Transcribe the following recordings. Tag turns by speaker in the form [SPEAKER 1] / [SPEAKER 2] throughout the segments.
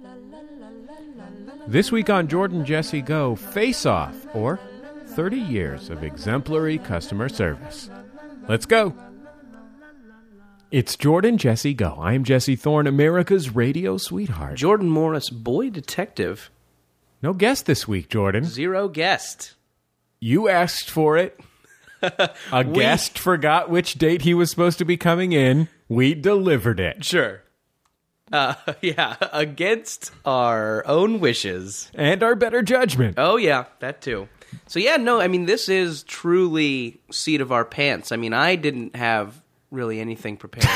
[SPEAKER 1] la la la la la la.
[SPEAKER 2] This week on Jordan Jesse Go, Face Off, or 30 Years of Exemplary Customer Service. Let's go! It's Jordan Jesse Go. I am Jesse Thorne, America's radio sweetheart.
[SPEAKER 3] Jordan Morris, boy detective.
[SPEAKER 2] No guest this week, Jordan.
[SPEAKER 3] Zero guest.
[SPEAKER 2] You asked for it. A guest forgot which date he was supposed to be coming in. We delivered it.
[SPEAKER 3] Sure. Uh, yeah, against our own wishes.
[SPEAKER 2] And our better judgment.
[SPEAKER 3] Oh, yeah, that too. So, yeah, no, I mean, this is truly seat of our pants. I mean, I didn't have really anything prepared.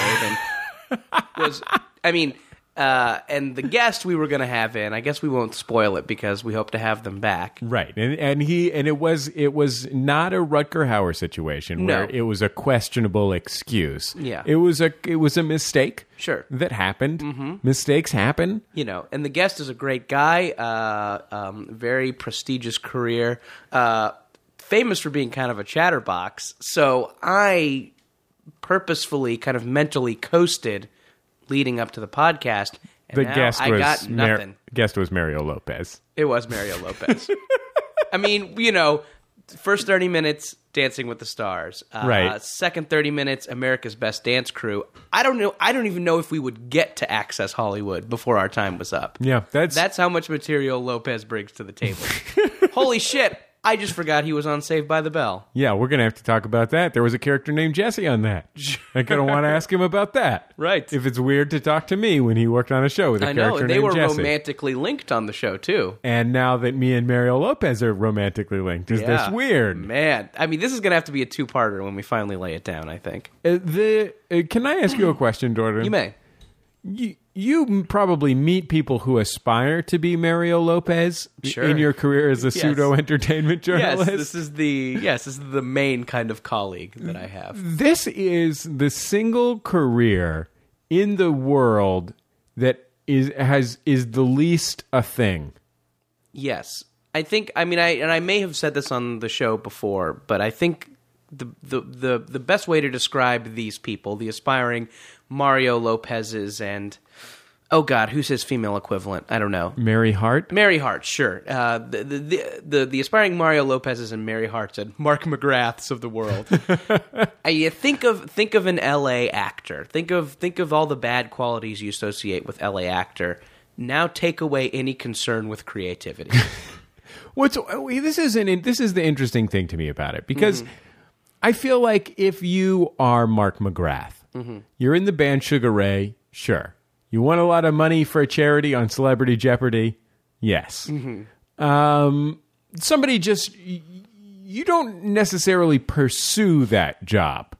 [SPEAKER 3] And was, I mean, uh, and the guest we were going to have in, I guess we won't spoil it because we hope to have them back.
[SPEAKER 2] Right, and and he and it was it was not a Rutger Hauer situation
[SPEAKER 3] No.
[SPEAKER 2] where it was a questionable excuse.
[SPEAKER 3] Yeah.
[SPEAKER 2] it was a it was a mistake.
[SPEAKER 3] Sure. Mm-hmm.
[SPEAKER 2] that happened. Mistakes happen.
[SPEAKER 3] you know, and the guest is a great guy, uh, um, very prestigious career, uh, famous for being kind of a chatterbox. So I purposefully kind of mentally coasted leading up to the podcast. And
[SPEAKER 2] The
[SPEAKER 3] now
[SPEAKER 2] guest
[SPEAKER 3] I
[SPEAKER 2] was
[SPEAKER 3] got
[SPEAKER 2] Mar-
[SPEAKER 3] nothing.
[SPEAKER 2] guest was Mario Lopez.
[SPEAKER 3] it was Mario Lopez. I mean, you know, first 30 minutes, Dancing with the Stars. Uh,
[SPEAKER 2] Right.
[SPEAKER 3] Second 30 minutes, America's Best Dance Crew. I don't know. I don't even know if we would get to Access Hollywood before our time was up.
[SPEAKER 2] Yeah, that's
[SPEAKER 3] That's how much material Lopez brings to the table. Holy shit! I just forgot he was on Saved by the Bell.
[SPEAKER 2] yeah. We're gonna have to talk about that. There was a character named Jesse on that. I'm gonna want to ask him about that.
[SPEAKER 3] Right.
[SPEAKER 2] If it's weird to talk to me when he worked on a show with a
[SPEAKER 3] I know,
[SPEAKER 2] character
[SPEAKER 3] and they
[SPEAKER 2] named
[SPEAKER 3] were
[SPEAKER 2] Jesse.
[SPEAKER 3] romantically linked on the show too.
[SPEAKER 2] and now that me and Mario Lopez are romantically linked, is
[SPEAKER 3] Yeah. Mm-hmm.
[SPEAKER 2] this weird?
[SPEAKER 3] Man, I mean, this is gonna have to be a two-parter when we finally lay it down. I think
[SPEAKER 2] Uh, the uh, can I ask you a question, Jordan?
[SPEAKER 3] you may.
[SPEAKER 2] You, you m- probably meet people who aspire to be Mario Lopez i-
[SPEAKER 3] Sure.
[SPEAKER 2] in your career as a pseudo entertainment
[SPEAKER 3] Yes,
[SPEAKER 2] journalist.
[SPEAKER 3] this is the yes, this is the main kind of colleague that I have.
[SPEAKER 2] This is the single career in the world that is has is the least a thing.
[SPEAKER 3] Yes, I think. I mean, I and I may have said this on the show before, but I think the the the, the best way to describe these people, the aspiring Mario Lopez's and oh god, who's his female equivalent? I don't know.
[SPEAKER 2] Mary Hart.
[SPEAKER 3] Mary Hart, sure. Uh, the, the, the, the, the aspiring Mario Lopez's and Mary Hart's and Mark McGrath's of the world. I, you think of think of an LA actor. Think of think of all the bad qualities you associate with LA actor. Now take away any concern with creativity.
[SPEAKER 2] What's oh, this is an this is the interesting thing to me about it because I feel like if you are Mark McGrath, you're in the band Sugar Ray, sure. You want a lot of money for a charity on Celebrity Jeopardy, yes. Um, somebody just y- you don't necessarily pursue that job.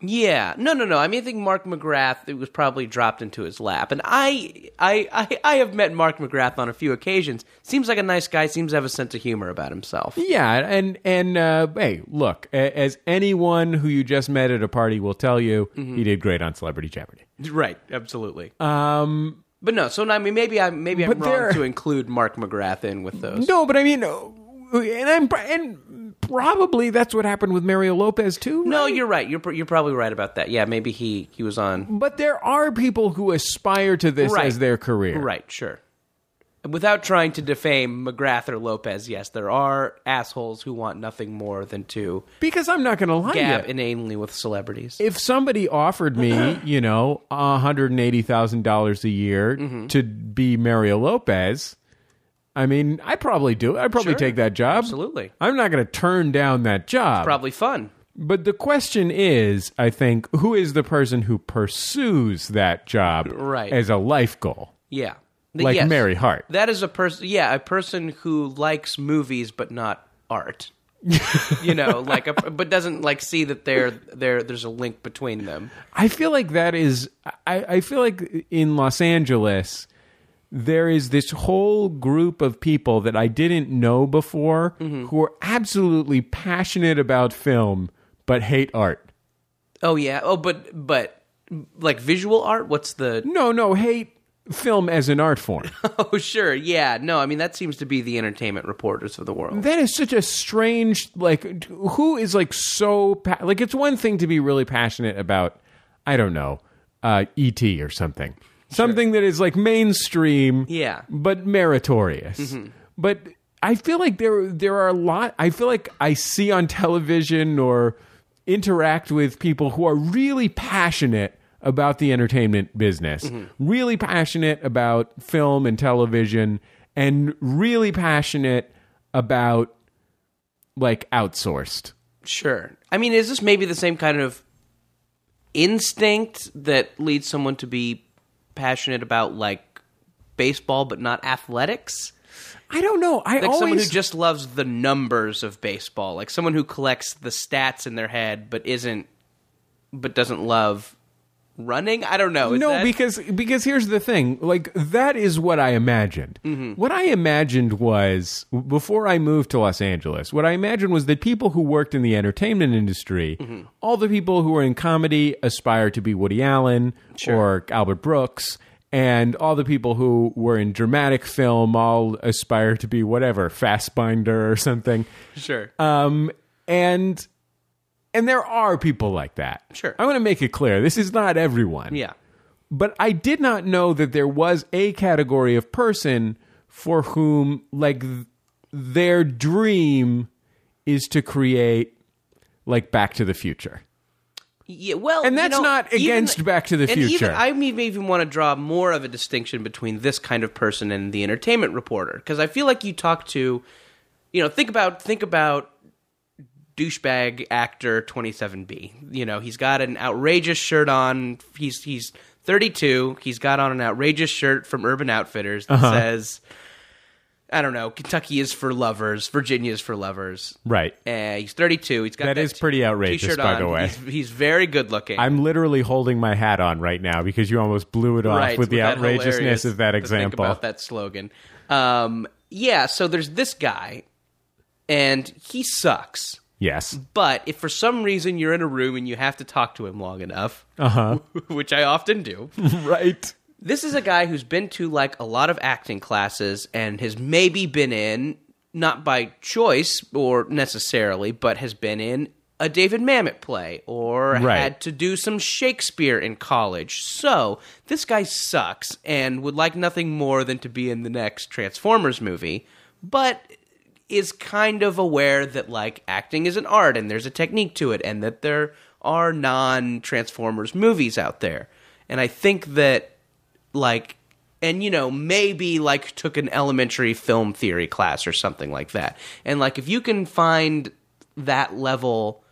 [SPEAKER 3] yeah, no, no, no. I mean, I think Mark McGrath it was probably dropped into his lap, and I, I, I, I have met Mark McGrath on a few occasions. Seems like a nice guy. Seems to have a sense of humor about himself.
[SPEAKER 2] Yeah, and and uh, hey, look, a- as anyone who you just met at a party will tell you, he did great on Celebrity Jeopardy.
[SPEAKER 3] Right, absolutely. Um, but no. So I mean, maybe I maybe I'm
[SPEAKER 2] But
[SPEAKER 3] wrong
[SPEAKER 2] there-
[SPEAKER 3] to include Mark McGrath in with those.
[SPEAKER 2] No, but I mean, uh, and I'm and probably that's what happened with Mario Lopez too.
[SPEAKER 3] No,
[SPEAKER 2] right?
[SPEAKER 3] you're right. You're pr- you're probably right about that. Yeah, maybe he he was on.
[SPEAKER 2] but there are people who aspire to this
[SPEAKER 3] Right.
[SPEAKER 2] as their career.
[SPEAKER 3] Right, sure. Without trying to defame McGrath or Lopez, yes, there are assholes who want nothing more than to
[SPEAKER 2] Because I'm not going to lie, to
[SPEAKER 3] gab
[SPEAKER 2] you.
[SPEAKER 3] inanely with celebrities.
[SPEAKER 2] if somebody offered me, you know, hundred and eighty thousand dollars a year
[SPEAKER 3] Mm-hmm.
[SPEAKER 2] to be Mario Lopez. I mean, I probably do. I probably
[SPEAKER 3] Sure.
[SPEAKER 2] take that job.
[SPEAKER 3] Absolutely.
[SPEAKER 2] I'm not going to turn down that job.
[SPEAKER 3] Probably fun.
[SPEAKER 2] But the question is, I think, who is the person who pursues that job
[SPEAKER 3] Right.
[SPEAKER 2] as a life goal?
[SPEAKER 3] Yeah,
[SPEAKER 2] Like
[SPEAKER 3] Yes.
[SPEAKER 2] Mary Hart.
[SPEAKER 3] That is a person, yeah, a person who likes movies but not art. you know, like, a, but doesn't like see that there, there, there's a link between them.
[SPEAKER 2] I feel like that is. I, I feel like in Los Angeles, there is this whole group of people that I didn't know before who are absolutely passionate about film but hate art.
[SPEAKER 3] Oh yeah. Oh, but but like visual art. What's the?
[SPEAKER 2] No, no, hate film as an art form.
[SPEAKER 3] Oh sure. Yeah. No. I mean that seems to be the entertainment reporters of the world.
[SPEAKER 2] That is such a strange like who is like so pa- like it's one thing to be really passionate about I don't know uh ET or something. Something that is like mainstream
[SPEAKER 3] Yeah. Mm-hmm.
[SPEAKER 2] but meritorious. But I feel like there there are a lot I feel like I see on television or interact with people who are really passionate about the entertainment business,
[SPEAKER 3] Mm-hmm.
[SPEAKER 2] really passionate about film and television and really passionate about like outsourced.
[SPEAKER 3] Sure. I mean, is this maybe the same kind of instinct that leads someone to be passionate about like baseball but not athletics?
[SPEAKER 2] I don't know. I
[SPEAKER 3] Like
[SPEAKER 2] always
[SPEAKER 3] someone who just loves the numbers of baseball, like someone who collects the stats in their head but isn't but doesn't love running? I don't know. Oh, Is
[SPEAKER 2] no
[SPEAKER 3] that-
[SPEAKER 2] because because here's the thing like that is what i imagined
[SPEAKER 3] Mm-hmm.
[SPEAKER 2] what i imagined was before i moved to los angeles what i imagined was that people who worked in the entertainment industry
[SPEAKER 3] Mm-hmm.
[SPEAKER 2] all the people who were in comedy aspired to be woody allen or albert brooks and all the people who were in dramatic film all aspire to be whatever fastbinder or something
[SPEAKER 3] sure.
[SPEAKER 2] um, and and there are people like that
[SPEAKER 3] Sure.
[SPEAKER 2] i want to make it clear this is not everyone
[SPEAKER 3] yeah.
[SPEAKER 2] but I did not know that there was a category of person for whom like th- their dream is to create like Back to the Future.
[SPEAKER 3] Yeah, well,
[SPEAKER 2] And
[SPEAKER 3] you
[SPEAKER 2] that's
[SPEAKER 3] know,
[SPEAKER 2] not
[SPEAKER 3] even-
[SPEAKER 2] against Back to the
[SPEAKER 3] and even-
[SPEAKER 2] Future.
[SPEAKER 3] I may even want to draw more of a distinction between this kind of person and the entertainment reporter because I feel like you talk to, you know, think about think about douchebag actor 27B. You know, he's got an outrageous shirt on. He's he's 32. He's got on an outrageous shirt from Urban Outfitters that
[SPEAKER 2] Uh-huh.
[SPEAKER 3] says I don't know, Kentucky is for lovers, Virginia is for lovers.
[SPEAKER 2] Right.
[SPEAKER 3] Uh, he's 32. He's got
[SPEAKER 2] That
[SPEAKER 3] that
[SPEAKER 2] is pretty outrageous,
[SPEAKER 3] t-shirt
[SPEAKER 2] by
[SPEAKER 3] on.
[SPEAKER 2] the way.
[SPEAKER 3] He's, he's very good looking.
[SPEAKER 2] I'm literally holding my hat on right now because you almost blew it off
[SPEAKER 3] right
[SPEAKER 2] with the
[SPEAKER 3] that hilarious
[SPEAKER 2] outrageousness of that
[SPEAKER 3] to Think
[SPEAKER 2] example.
[SPEAKER 3] about that slogan. Um, yeah. So there's this guy, and he sucks.
[SPEAKER 2] Yes.
[SPEAKER 3] But if for some reason you're in a room and you have to talk to him long enough,
[SPEAKER 2] Uh-huh.
[SPEAKER 3] which I often do,
[SPEAKER 2] right.
[SPEAKER 3] this is a guy who's been to like a lot of acting classes and has maybe been in not by choice or necessarily but has been in a david mamet play or
[SPEAKER 2] Right.
[SPEAKER 3] had to do some shakespeare in college so this guy sucks and would like nothing more than to be in the next transformers movie but is kind of aware that like acting is an art and there's a technique to it and that there are non-transformers movies out there and i think that like and you know maybe like took an elementary film theory class or something like that and like if you can find that level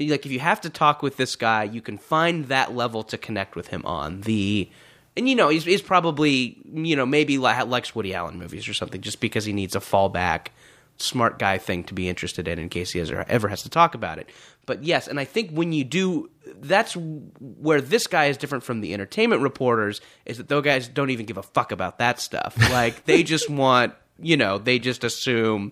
[SPEAKER 3] like if you have to talk with this guy you can find that level to connect with him on the and you know he's, he's probably you know maybe li- likes woody allen movies or something just because he needs a fallback smart guy thing to be interested in in case he has, ever has to talk about it but yes and i think when you do that's where this guy is different from the entertainment reporters is that those guys don't even give a fuck about that stuff like they just want you know they just assume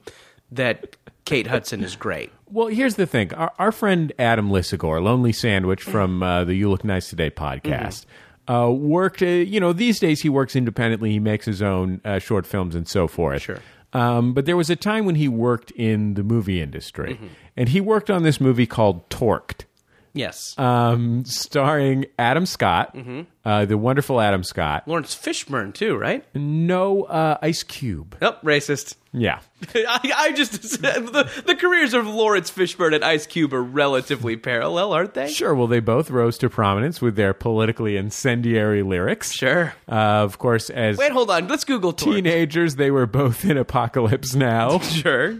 [SPEAKER 3] that kate hudson is great
[SPEAKER 2] Well, here's the thing. Our, our friend Adam Lissigore, Lonely Sandwich from uh, the You Look Nice Today podcast, uh, worked, uh, you know, these days he works independently. He makes his own uh, short films and so forth. Sure. Um, but there was a time when he worked in the movie industry. And he worked on this movie called Torqued,
[SPEAKER 3] yes
[SPEAKER 2] um, starring Adam Scott, uh, the wonderful Adam Scott.
[SPEAKER 3] Lawrence Fishburne too, right?
[SPEAKER 2] Mm-hmm. No uh, Ice Cube.
[SPEAKER 3] Nope, racist.
[SPEAKER 2] Yeah.
[SPEAKER 3] I, I just the, the careers of Lawrence Fishburne and Ice Cube are relatively parallel, aren't they?
[SPEAKER 2] Sure. Well, they both rose to prominence with their politically incendiary lyrics.
[SPEAKER 3] Sure.
[SPEAKER 2] Uh, of course, as
[SPEAKER 3] Wait, hold on. Let's Google Torch.
[SPEAKER 2] teenagers. They were both in Apocalypse Now.
[SPEAKER 3] Sure.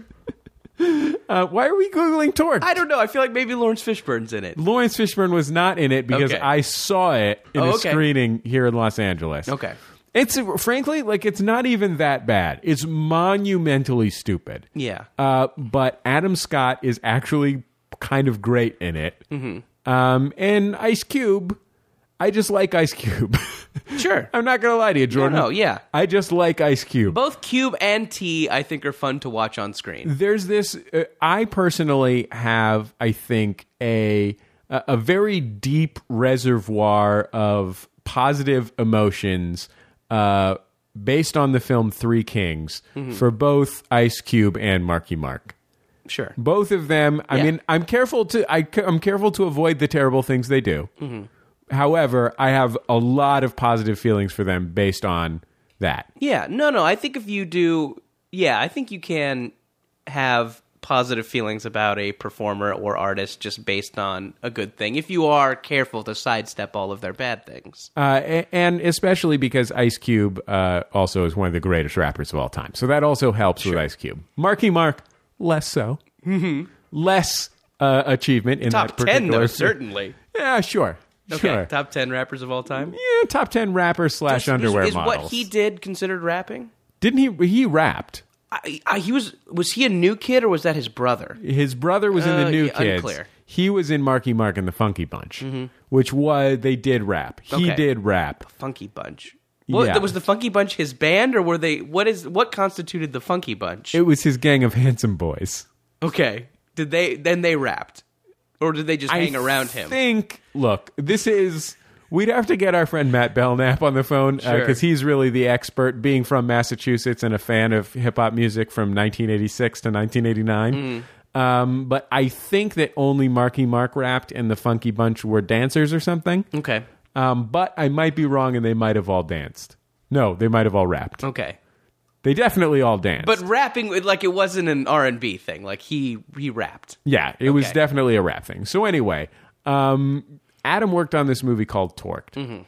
[SPEAKER 2] Uh, why are we googling Torque?
[SPEAKER 3] I don't know. I feel like maybe Lawrence Fishburne's in it.
[SPEAKER 2] Lawrence Fishburne was not in it because
[SPEAKER 3] Okay.
[SPEAKER 2] I saw it in
[SPEAKER 3] Oh,
[SPEAKER 2] a
[SPEAKER 3] okay.
[SPEAKER 2] screening here in Los Angeles.
[SPEAKER 3] Okay.
[SPEAKER 2] It's frankly like it's not even that bad. It's monumentally stupid.
[SPEAKER 3] Yeah.
[SPEAKER 2] Uh, but Adam Scott is
[SPEAKER 3] Mm-hmm.
[SPEAKER 2] actually kind of great in it. Um, and Ice Cube, I just like Ice Cube.
[SPEAKER 3] Sure.
[SPEAKER 2] I'm not gonna lie to you, Jordan.
[SPEAKER 3] no, yeah.
[SPEAKER 2] I just like Ice Cube.
[SPEAKER 3] Both Cube and T, I think, are fun to watch on screen.
[SPEAKER 2] there's this uh, i personally have i think a a a very deep reservoir of positive emotions uh based on the film three kings for both ice cube and marky mark
[SPEAKER 3] Sure.
[SPEAKER 2] both of them i
[SPEAKER 3] Yeah.
[SPEAKER 2] mean i'm careful to I, am careful to avoid the terrible things they do however i have a lot of positive feelings for them based on that
[SPEAKER 3] Yeah, no, no. I think if you do, yeah, I think you can have positive feelings about a performer or artist just based on a good thing if you are careful to sidestep all of their bad things.
[SPEAKER 2] Uh, a- and especially because Ice Cube uh, also is one of the greatest rappers of all time. So that also helps with Ice Cube. Marky Mark, less so. Mm-hmm. Less uh, achievement in
[SPEAKER 3] Top
[SPEAKER 2] that
[SPEAKER 3] ten,
[SPEAKER 2] particular.
[SPEAKER 3] though, certainly.
[SPEAKER 2] Yeah, sure.
[SPEAKER 3] Okay,
[SPEAKER 2] Sure.
[SPEAKER 3] top ten rappers of all time.
[SPEAKER 2] yeah, top 10 rapper slash
[SPEAKER 3] Is-
[SPEAKER 2] underwear
[SPEAKER 3] is,
[SPEAKER 2] models.
[SPEAKER 3] what he did considered rapping?
[SPEAKER 2] Didn't he? He rapped.
[SPEAKER 3] I, I, he was was he a new kid or was that his brother?
[SPEAKER 2] His brother was in the
[SPEAKER 3] Uh,
[SPEAKER 2] New
[SPEAKER 3] yeah,
[SPEAKER 2] Kids.
[SPEAKER 3] unclear. Mm-hmm.
[SPEAKER 2] He was in Marky Mark and the Funky Bunch, which was, they did rap. He
[SPEAKER 3] Okay.
[SPEAKER 2] did rap.
[SPEAKER 3] Funky Bunch. What,
[SPEAKER 2] Yeah.
[SPEAKER 3] Was the Funky Bunch his band or were they? What is what constituted the Funky Bunch?
[SPEAKER 2] It was his gang of handsome boys.
[SPEAKER 3] Okay. Did they then they rapped? Or did they just hang
[SPEAKER 2] I
[SPEAKER 3] around him?
[SPEAKER 2] Think. Look, this is. We'd have to get our friend Matt Belknap on the phone because
[SPEAKER 3] Sure.
[SPEAKER 2] he's really the expert. Being from Massachusetts and a fan of hip hop music from 1986 to 1989.
[SPEAKER 3] Hmm.
[SPEAKER 2] Um, but I think that only Marky Mark rapped and the Funky Bunch were dancers or something.
[SPEAKER 3] okay.
[SPEAKER 2] Um, but I might be wrong, and they might have all danced. No, they might have all rapped.
[SPEAKER 3] Okay.
[SPEAKER 2] They definitely all danced.
[SPEAKER 3] But rapping it- like it wasn't an R and B thing. Like he he rapped.
[SPEAKER 2] Yeah, it was
[SPEAKER 3] Okay.
[SPEAKER 2] definitely a rap thing. So anyway, um, Adam worked on this movie called Torqued,
[SPEAKER 3] Mm-hmm.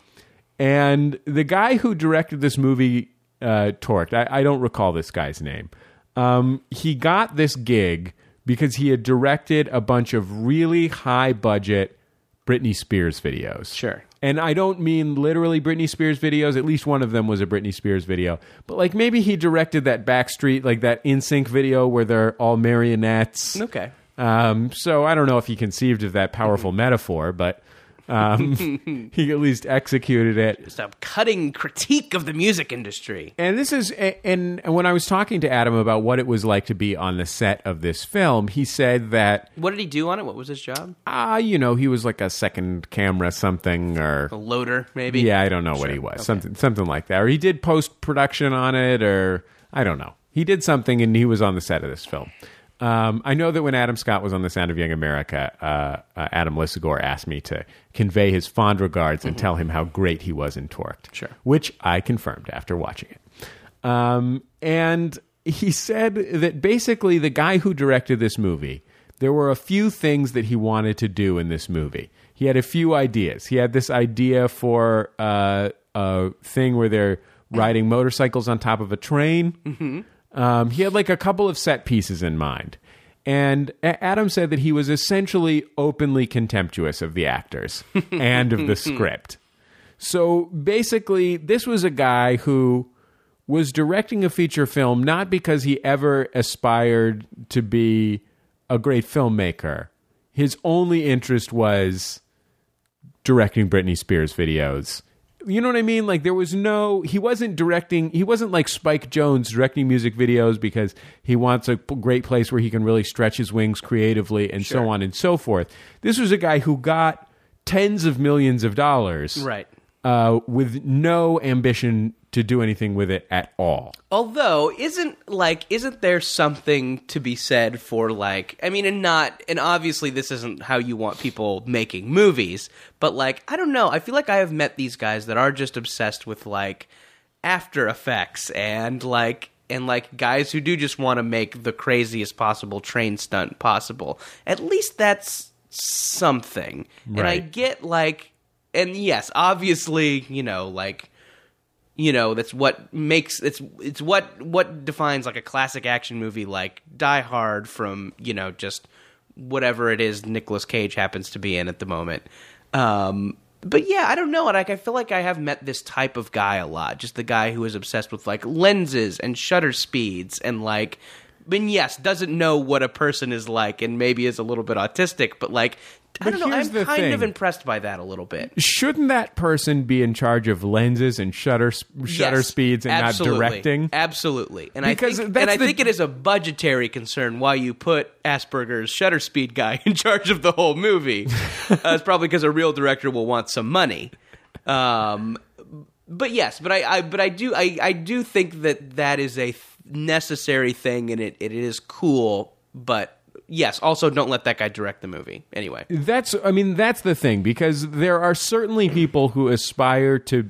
[SPEAKER 2] and the guy who directed this movie, uh, Torqued, I, I don't recall this guy's name. Um, he got this gig because he had directed a bunch of really high budget Britney Spears videos.
[SPEAKER 3] Sure.
[SPEAKER 2] And I don't mean literally Britney Spears videos. At least one of them was a Britney Spears video. But like maybe he directed that Backstreet, like that In Sync video where they're all marionettes.
[SPEAKER 3] Okay.
[SPEAKER 2] Um, so I don't know if he conceived of that powerful metaphor, but um, he at least executed it.
[SPEAKER 3] Stop cutting critique of the music industry.
[SPEAKER 2] And this is, a- and when I was talking to Adam about what it was like to be on the set of this film, he said that,
[SPEAKER 3] What did he do on it? What was his job?
[SPEAKER 2] ah, you know, he was like a second camera something or.
[SPEAKER 3] A loader, maybe.
[SPEAKER 2] Yeah, I don't know what he was. Something something like that. Or he did post production on it or I don't know. He did something and he was on the set of this film. Um, I know that when Adam Scott was on The Sound of Young America, uh, uh, Adam Lissagore asked me to convey his fond regards and tell him how great he was in Torqued,
[SPEAKER 3] Mm-hmm. Sure.
[SPEAKER 2] which I confirmed after watching it. Um, and he said that basically the guy who directed this movie, there were a few things that he wanted to do in this movie. He had a few ideas. He had this idea for uh, a thing where they're riding motorcycles on top of a train. Um, he had like a couple of set pieces in mind. And A- Adam said that he was essentially openly contemptuous of the actors and of the script. So basically, this was a guy who was directing a feature film not because he ever aspired to be a great filmmaker. His only interest was directing Britney Spears videos. You know what I mean? Like there was no he wasn't directing he wasn't like Spike Jones directing music videos because he wants a p- great place where he can really stretch his wings creatively and so on and so forth. This was a guy who got tens of millions of dollars
[SPEAKER 3] Right.
[SPEAKER 2] uh, with no ambition to do anything with it at all.
[SPEAKER 3] Although, isn't like isn't there something to be said for like I mean, and not and obviously this isn't how you want people making movies, but like I don't know, I feel like I have met these guys that are just obsessed with like after effects and like and like guys who do just want to make the craziest possible train stunt possible. At least that's something. And I
[SPEAKER 2] Right.
[SPEAKER 3] get like and yes, obviously, you know, like you know that's what makes it's it's what what defines like a classic action movie like Die Hard from you know just whatever it is Nicolas Cage happens to be in at the moment. Um, but yeah, I don't know. and, Like I feel like I have met this type of guy a lot, just the guy who is obsessed with like lenses and shutter speeds and like and yes, doesn't know what a person is like, and maybe is a little bit autistic, but like, I
[SPEAKER 2] But
[SPEAKER 3] don't know.
[SPEAKER 2] here's
[SPEAKER 3] I'm
[SPEAKER 2] the
[SPEAKER 3] kind of
[SPEAKER 2] thing.
[SPEAKER 3] impressed by that a little bit.
[SPEAKER 2] Shouldn't that person be in charge of lenses and shutter shutter
[SPEAKER 3] Yes,
[SPEAKER 2] speeds and
[SPEAKER 3] absolutely.
[SPEAKER 2] not directing?
[SPEAKER 3] Absolutely, and
[SPEAKER 2] Because
[SPEAKER 3] I think,
[SPEAKER 2] that's
[SPEAKER 3] and I
[SPEAKER 2] the-
[SPEAKER 3] think it is a budgetary concern why you put Asperger's shutter speed guy in charge of the whole movie. uh, it's probably because a real director will want some money. Um, but yes, but I, I but I do I, I do think that that is a th- necessary thing, and it, it is cool. But yes, also don't let that guy direct the movie anyway.
[SPEAKER 2] That's I mean that's the thing because there are certainly people who aspire to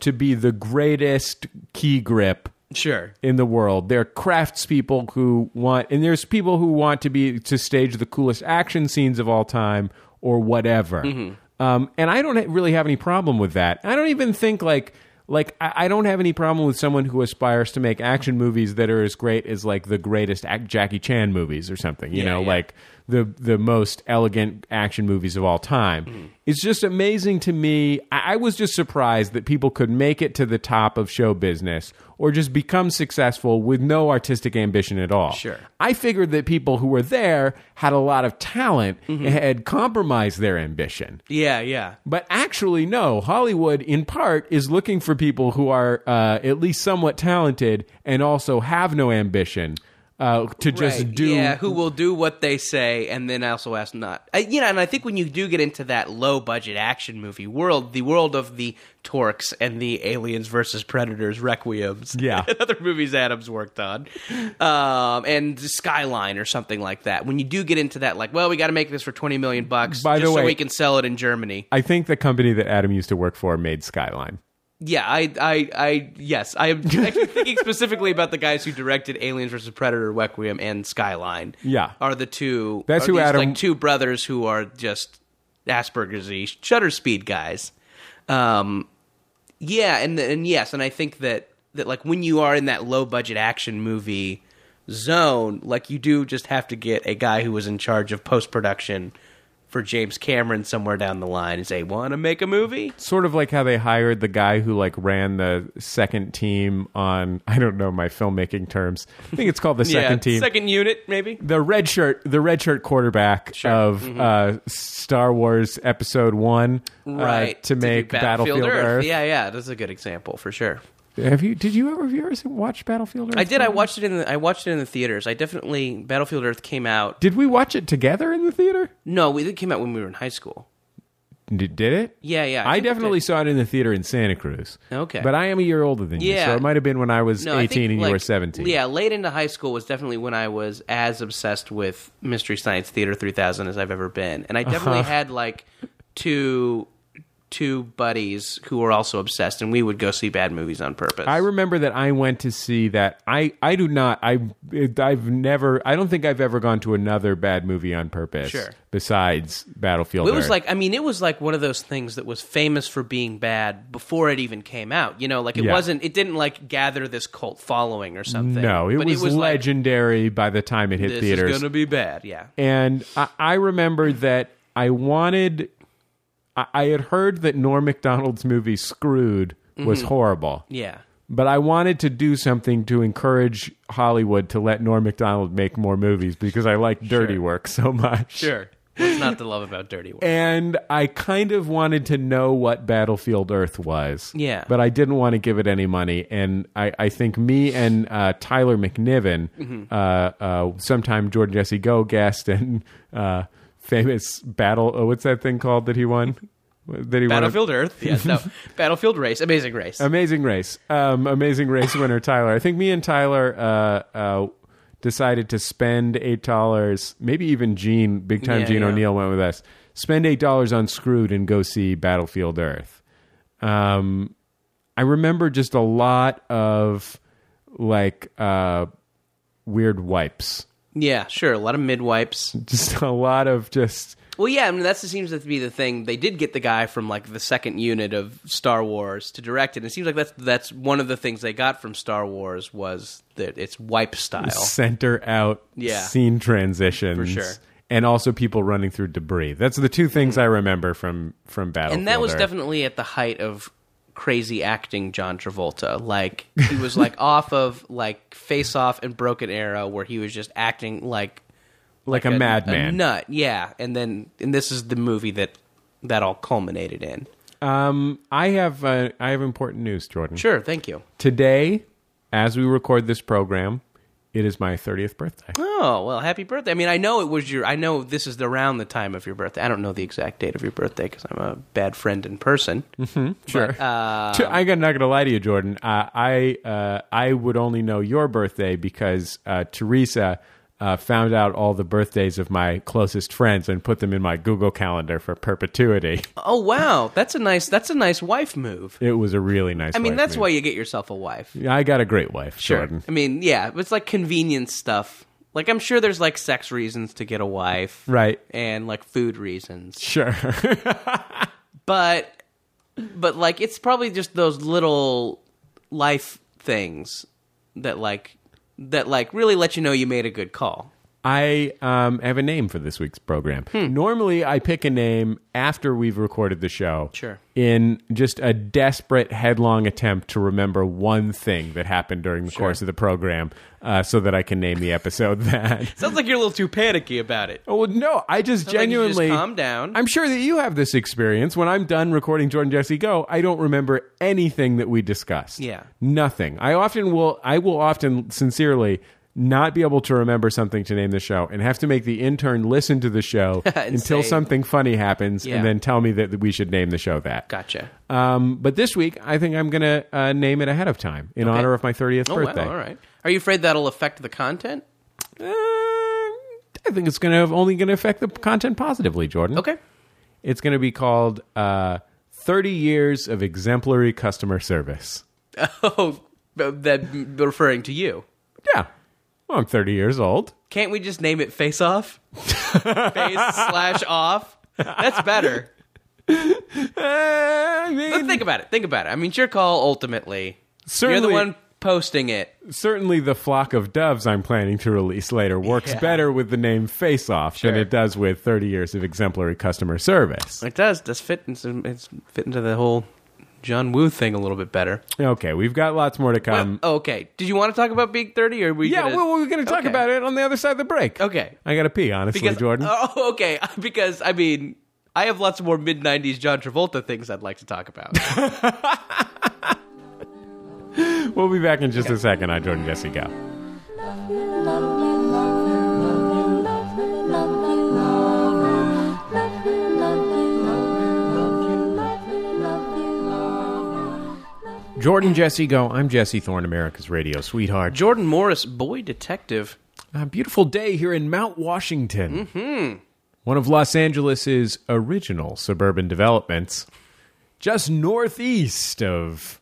[SPEAKER 2] to be the greatest key grip
[SPEAKER 3] Sure,
[SPEAKER 2] in the world. There are craftspeople who want, and there's people who want to be to stage the coolest action scenes of all time or whatever.
[SPEAKER 3] Mm-hmm.
[SPEAKER 2] Um, and I don't ha- really have any problem with that. I don't even think like like I, I don't have any problem with someone who aspires to make action movies that are as great as like the greatest ac- Jackie Chan movies or something. You
[SPEAKER 3] Yeah,
[SPEAKER 2] know,
[SPEAKER 3] yeah.
[SPEAKER 2] like the the most elegant action movies of all time.
[SPEAKER 3] Mm-hmm.
[SPEAKER 2] It's just amazing to me. I, I was just surprised that people could make it to the top of show business or just become successful with no artistic ambition at all.
[SPEAKER 3] Sure.
[SPEAKER 2] I figured that people who were there had a lot of talent
[SPEAKER 3] Mm-hmm.
[SPEAKER 2] and had compromised their ambition.
[SPEAKER 3] yeah, yeah.
[SPEAKER 2] But actually, no. Hollywood, in part, is looking for people who are uh, at least somewhat talented and also have no ambition uh, to just
[SPEAKER 3] Right,
[SPEAKER 2] do
[SPEAKER 3] yeah who will do what they say and then also ask not I, you know and i think when you do get into that low budget action movie world the world of the torques and the aliens versus predators requiems
[SPEAKER 2] Yeah.
[SPEAKER 3] and other movies adams worked on um, and skyline or something like that when you do get into that like well we got to make this for 20 million bucks
[SPEAKER 2] By the
[SPEAKER 3] just so
[SPEAKER 2] way-
[SPEAKER 3] we can sell it in germany
[SPEAKER 2] I think the company that Adam used to work for made Skyline.
[SPEAKER 3] yeah i i, I yes i am actually thinking specifically about the guys who directed aliens versus predator requiem and skyline
[SPEAKER 2] Yeah.
[SPEAKER 3] are the two.
[SPEAKER 2] That's
[SPEAKER 3] are
[SPEAKER 2] who
[SPEAKER 3] these,
[SPEAKER 2] Adam-
[SPEAKER 3] Like two brothers who are just Asperger's y shutter speed guys. Um, yeah, and and yes, and I think that that like when you are in that low budget action movie zone, like you do just have to get a guy who was in charge of post production for James Cameron somewhere down the line and say, "Want to make a movie?"
[SPEAKER 2] Sort of like how they hired the guy who like ran the second team on I don't know my filmmaking terms. I think it's called the second
[SPEAKER 3] yeah,
[SPEAKER 2] team.
[SPEAKER 3] second unit maybe.
[SPEAKER 2] the red shirt, the red shirt quarterback of
[SPEAKER 3] Mm-hmm.
[SPEAKER 2] uh, Star Wars Episode One, uh,
[SPEAKER 3] Right
[SPEAKER 2] to
[SPEAKER 3] do
[SPEAKER 2] make Battlefield, Earth.
[SPEAKER 3] Yeah, yeah, that's a good example for sure.
[SPEAKER 2] Have you? Did you ever? Have you ever seen- watch Battlefield Earth?
[SPEAKER 3] I did. I watched it in the I watched it in the theaters. I definitely Battlefield Earth came out.
[SPEAKER 2] Did we watch it together in the theater?
[SPEAKER 3] No, we, it came out when we were in high school.
[SPEAKER 2] Did, did it?
[SPEAKER 3] Yeah, yeah.
[SPEAKER 2] I,
[SPEAKER 3] think it
[SPEAKER 2] definitely
[SPEAKER 3] did.
[SPEAKER 2] saw it in the theater in Santa Cruz.
[SPEAKER 3] Okay.
[SPEAKER 2] But I am a year older than you,
[SPEAKER 3] Yeah.
[SPEAKER 2] so it might have been when I was
[SPEAKER 3] No, I think,
[SPEAKER 2] 18 and you
[SPEAKER 3] like,
[SPEAKER 2] were 17.
[SPEAKER 3] Yeah, late into high school was definitely when I was as obsessed with Mystery Science Theater 3000 as I've ever been, and I
[SPEAKER 2] Uh-huh.
[SPEAKER 3] definitely had like two two buddies who were also obsessed, and we would go see bad movies on purpose.
[SPEAKER 2] I remember that I went to see that. I, I do not. I I've never. I don't think I've ever gone to another bad movie on purpose.
[SPEAKER 3] Sure.
[SPEAKER 2] Besides Battlefield.
[SPEAKER 3] It was
[SPEAKER 2] Earth.
[SPEAKER 3] like I mean, it was like one of those things that was famous for being bad before it even came out. You know, like it
[SPEAKER 2] Yeah.
[SPEAKER 3] wasn't, it didn't like gather this cult following or something.
[SPEAKER 2] no. It
[SPEAKER 3] But
[SPEAKER 2] was,
[SPEAKER 3] like,
[SPEAKER 2] legendary by the time it hit
[SPEAKER 3] this
[SPEAKER 2] theaters.
[SPEAKER 3] is gonna be bad. Yeah,
[SPEAKER 2] and I, I remember that I wanted. I, I had heard that Norm Macdonald's movie Screwed was
[SPEAKER 3] Mm-hmm.
[SPEAKER 2] horrible.
[SPEAKER 3] yeah.
[SPEAKER 2] But I wanted to do something to encourage Hollywood to let Norm Macdonald make more movies because I like dirty work so much.
[SPEAKER 3] Sure. What's not to love about Dirty Work?
[SPEAKER 2] And I kind of wanted to know what Battlefield Earth was.
[SPEAKER 3] Yeah.
[SPEAKER 2] But I didn't want to give it any money. And I, I think me and uh, Tyler McNiven,
[SPEAKER 3] Mm-hmm.
[SPEAKER 2] uh, uh, sometime Jordan Jesse Go guest and uh, famous battle, oh, what's that thing called that he won? That he won a-
[SPEAKER 3] Battlefield Earth. Yeah, no. Battlefield Race. Amazing Race.
[SPEAKER 2] Amazing race. Um, amazing race winner Tyler. I think me and Tyler uh, uh, decided to spend eight dollars. Maybe even Gene, big time
[SPEAKER 3] Yeah,
[SPEAKER 2] Gene
[SPEAKER 3] yeah.
[SPEAKER 2] O'Neill went with us. Spend eight dollars on Screwed and go see Battlefield Earth. Um, I remember just a lot of like uh, weird wipes.
[SPEAKER 3] yeah, sure. A lot of midwipes.
[SPEAKER 2] Just a lot of just
[SPEAKER 3] Well, yeah, I mean that seems to be the thing. They did get the guy from like the second unit of Star Wars to direct it. It seems like that's that's one of the things they got from Star Wars was that it's wipe style.
[SPEAKER 2] center out
[SPEAKER 3] Yeah.
[SPEAKER 2] scene transitions
[SPEAKER 3] For sure.
[SPEAKER 2] and also people running through debris that's the two things i remember from from battle
[SPEAKER 3] And that was definitely at the height of crazy acting John Travolta. Like he was like off of like Face Off and Broken Arrow, where he was just acting like
[SPEAKER 2] like, a, madman.
[SPEAKER 3] nut. Yeah, and then and this is the movie that that all culminated in.
[SPEAKER 2] Um, I have uh, I have important news, Jordan.
[SPEAKER 3] Sure, thank you.
[SPEAKER 2] Today, as we record this program, it is my 30th birthday.
[SPEAKER 3] Oh well, happy birthday! I mean, I know it was your. I know this is around the time of your birthday. I don't know the exact date of your birthday because I'm a bad friend in person.
[SPEAKER 2] Sure.
[SPEAKER 3] Ah.
[SPEAKER 2] I got not going to lie to you, Jordan. Uh, I uh, I would only know your birthday because uh, Teresa uh, found out all the birthdays of my closest friends and put them in my Google Calendar for perpetuity.
[SPEAKER 3] oh wow, that's a nice. That's a nice wife move.
[SPEAKER 2] It was a really nice.
[SPEAKER 3] I mean, that's why you get yourself a wife.
[SPEAKER 2] why I got a great wife,
[SPEAKER 3] Sure.
[SPEAKER 2] Jordan.
[SPEAKER 3] I mean, yeah, it's like convenience stuff. Like I'm sure there's like sex reasons to get a wife,
[SPEAKER 2] Right.
[SPEAKER 3] And like food reasons,
[SPEAKER 2] Sure.
[SPEAKER 3] but but like it's probably just those little life things that like that like really let you know you made a good call.
[SPEAKER 2] I um, have a name for this week's program.
[SPEAKER 3] Hmm.
[SPEAKER 2] Normally, I pick a name after we've recorded the show.
[SPEAKER 3] Sure.
[SPEAKER 2] In just a desperate, headlong attempt to remember one thing that happened during the course of the program uh, so that I can name the episode that.
[SPEAKER 3] Sounds like you're a little too panicky about it.
[SPEAKER 2] Oh, well, no, I just
[SPEAKER 3] Sounds like you just
[SPEAKER 2] genuinely.
[SPEAKER 3] calm down.
[SPEAKER 2] I'm sure that you have this experience. When I'm done recording Jordan Jesse Go, I don't remember anything that we discussed.
[SPEAKER 3] Yeah.
[SPEAKER 2] Nothing. I often will I will often sincerely not be able to remember something to name the show and have to make the intern listen to the show
[SPEAKER 3] And
[SPEAKER 2] until
[SPEAKER 3] say-
[SPEAKER 2] something funny happens
[SPEAKER 3] Yeah.
[SPEAKER 2] and then tell me that we should name the show that.
[SPEAKER 3] Gotcha.
[SPEAKER 2] Um, but this week, I think I'm going to uh, name it ahead of time in honor of my 30th
[SPEAKER 3] Oh
[SPEAKER 2] birthday.
[SPEAKER 3] wow, all right. Are you afraid that'll affect the content?
[SPEAKER 2] Uh, I think it's going to only going to affect the content positively, Jordan.
[SPEAKER 3] Okay.
[SPEAKER 2] It's going to be called uh, 30 Years of Exemplary Customer Service.
[SPEAKER 3] Oh, but that referring to you.
[SPEAKER 2] Yeah. Well, I'm 30 years old.
[SPEAKER 3] Can't we just name it Face Off? Face slash Off. That's better.
[SPEAKER 2] Uh, I
[SPEAKER 3] But
[SPEAKER 2] mean,
[SPEAKER 3] think about it. Think about it. I mean, it's your call ultimately. You're
[SPEAKER 2] Certainly.
[SPEAKER 3] the one posting it.
[SPEAKER 2] certainly the flock of doves I'm planning to release later works
[SPEAKER 3] Yeah.
[SPEAKER 2] better with the name Face Off
[SPEAKER 3] Sure.
[SPEAKER 2] than it does with 30 Years of Exemplary Customer Service.
[SPEAKER 3] It does. Does fit into, it's fit into the whole John Woo thing a little bit better.
[SPEAKER 2] Okay, we've got lots more to come.
[SPEAKER 3] Well, okay. Did you want to talk about Big Thirty, or we?
[SPEAKER 2] yeah,
[SPEAKER 3] gonna-
[SPEAKER 2] well, we're going to talk
[SPEAKER 3] Okay.
[SPEAKER 2] about it on the other side of the break.
[SPEAKER 3] Okay.
[SPEAKER 2] I got to pee, honestly,
[SPEAKER 3] Because
[SPEAKER 2] Jordan.
[SPEAKER 3] Oh, okay. Because I mean, I have lots more mid '90s John Travolta things I'd like to talk about.
[SPEAKER 2] we'll be back in just a second on Jordan Jesse Go. Jordan Jesse Go. I'm Jesse Thorne, America's radio sweetheart.
[SPEAKER 3] Jordan Morris, boy detective.
[SPEAKER 2] A beautiful day here in Mount Washington. Mm-hmm. One of Los Angeles's original suburban developments, just northeast of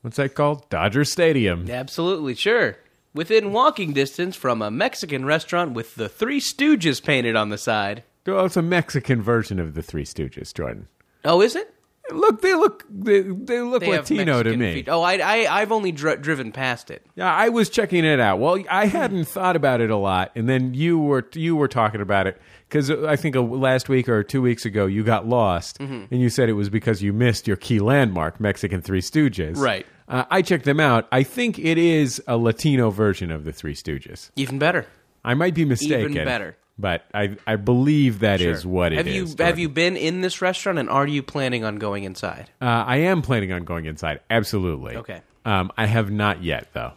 [SPEAKER 2] what's that called? Dodger Stadium.
[SPEAKER 3] Absolutely sure. Within walking distance from a Mexican restaurant with the Three Stooges painted on the side.
[SPEAKER 2] Oh, it's a Mexican version of the Three Stooges, Jordan.
[SPEAKER 3] Oh, is it?
[SPEAKER 2] Look, they look they, they look
[SPEAKER 3] They have
[SPEAKER 2] Latino to
[SPEAKER 3] Mexican
[SPEAKER 2] me.
[SPEAKER 3] feet. Oh, I, I, I've only dri driven past it.
[SPEAKER 2] Yeah, I was checking it out. Well, I hadn't thought about it a lot, and then you were you were talking about it because I think uh, last week or two weeks ago you got lost,
[SPEAKER 3] Mm-hmm.
[SPEAKER 2] and you said it was because you missed your key landmark, Mexican Three Stooges.
[SPEAKER 3] Right.
[SPEAKER 2] Uh, I checked them out. I think it is a Latino version of the Three Stooges.
[SPEAKER 3] Even better.
[SPEAKER 2] I might be mistaken.
[SPEAKER 3] better.
[SPEAKER 2] But I I believe that is what it
[SPEAKER 3] have
[SPEAKER 2] is.
[SPEAKER 3] you have
[SPEAKER 2] Jordan.
[SPEAKER 3] you been in this restaurant and are you planning on going inside?
[SPEAKER 2] Uh, I am planning on going inside. Absolutely.
[SPEAKER 3] Okay. Mm-hmm.
[SPEAKER 2] Um, I have not yet though.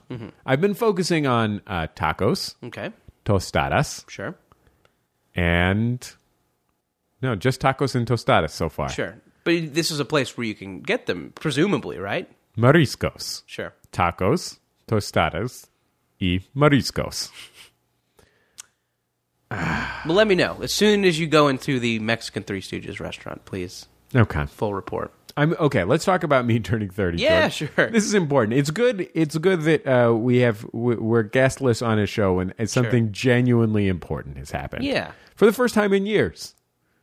[SPEAKER 2] I've been focusing on uh, tacos,
[SPEAKER 3] Okay,
[SPEAKER 2] tostadas.
[SPEAKER 3] sure,
[SPEAKER 2] and no, just tacos and tostadas so far.
[SPEAKER 3] sure. But this is a place where you can get them, presumably, right?
[SPEAKER 2] Mariscos,
[SPEAKER 3] Sure.
[SPEAKER 2] tacos, tostadas, y mariscos.
[SPEAKER 3] Well, let me know as soon as you go into the Mexican Three Stooges restaurant, please.
[SPEAKER 2] Okay,
[SPEAKER 3] Full report.
[SPEAKER 2] I'm okay. Let's talk about me turning thirty.
[SPEAKER 3] Yeah,
[SPEAKER 2] Jordan.
[SPEAKER 3] sure.
[SPEAKER 2] This is important. It's good. It's good that uh, we have we- we're guestless on a show and and something genuinely important has happened.
[SPEAKER 3] Yeah.
[SPEAKER 2] for the first time in years.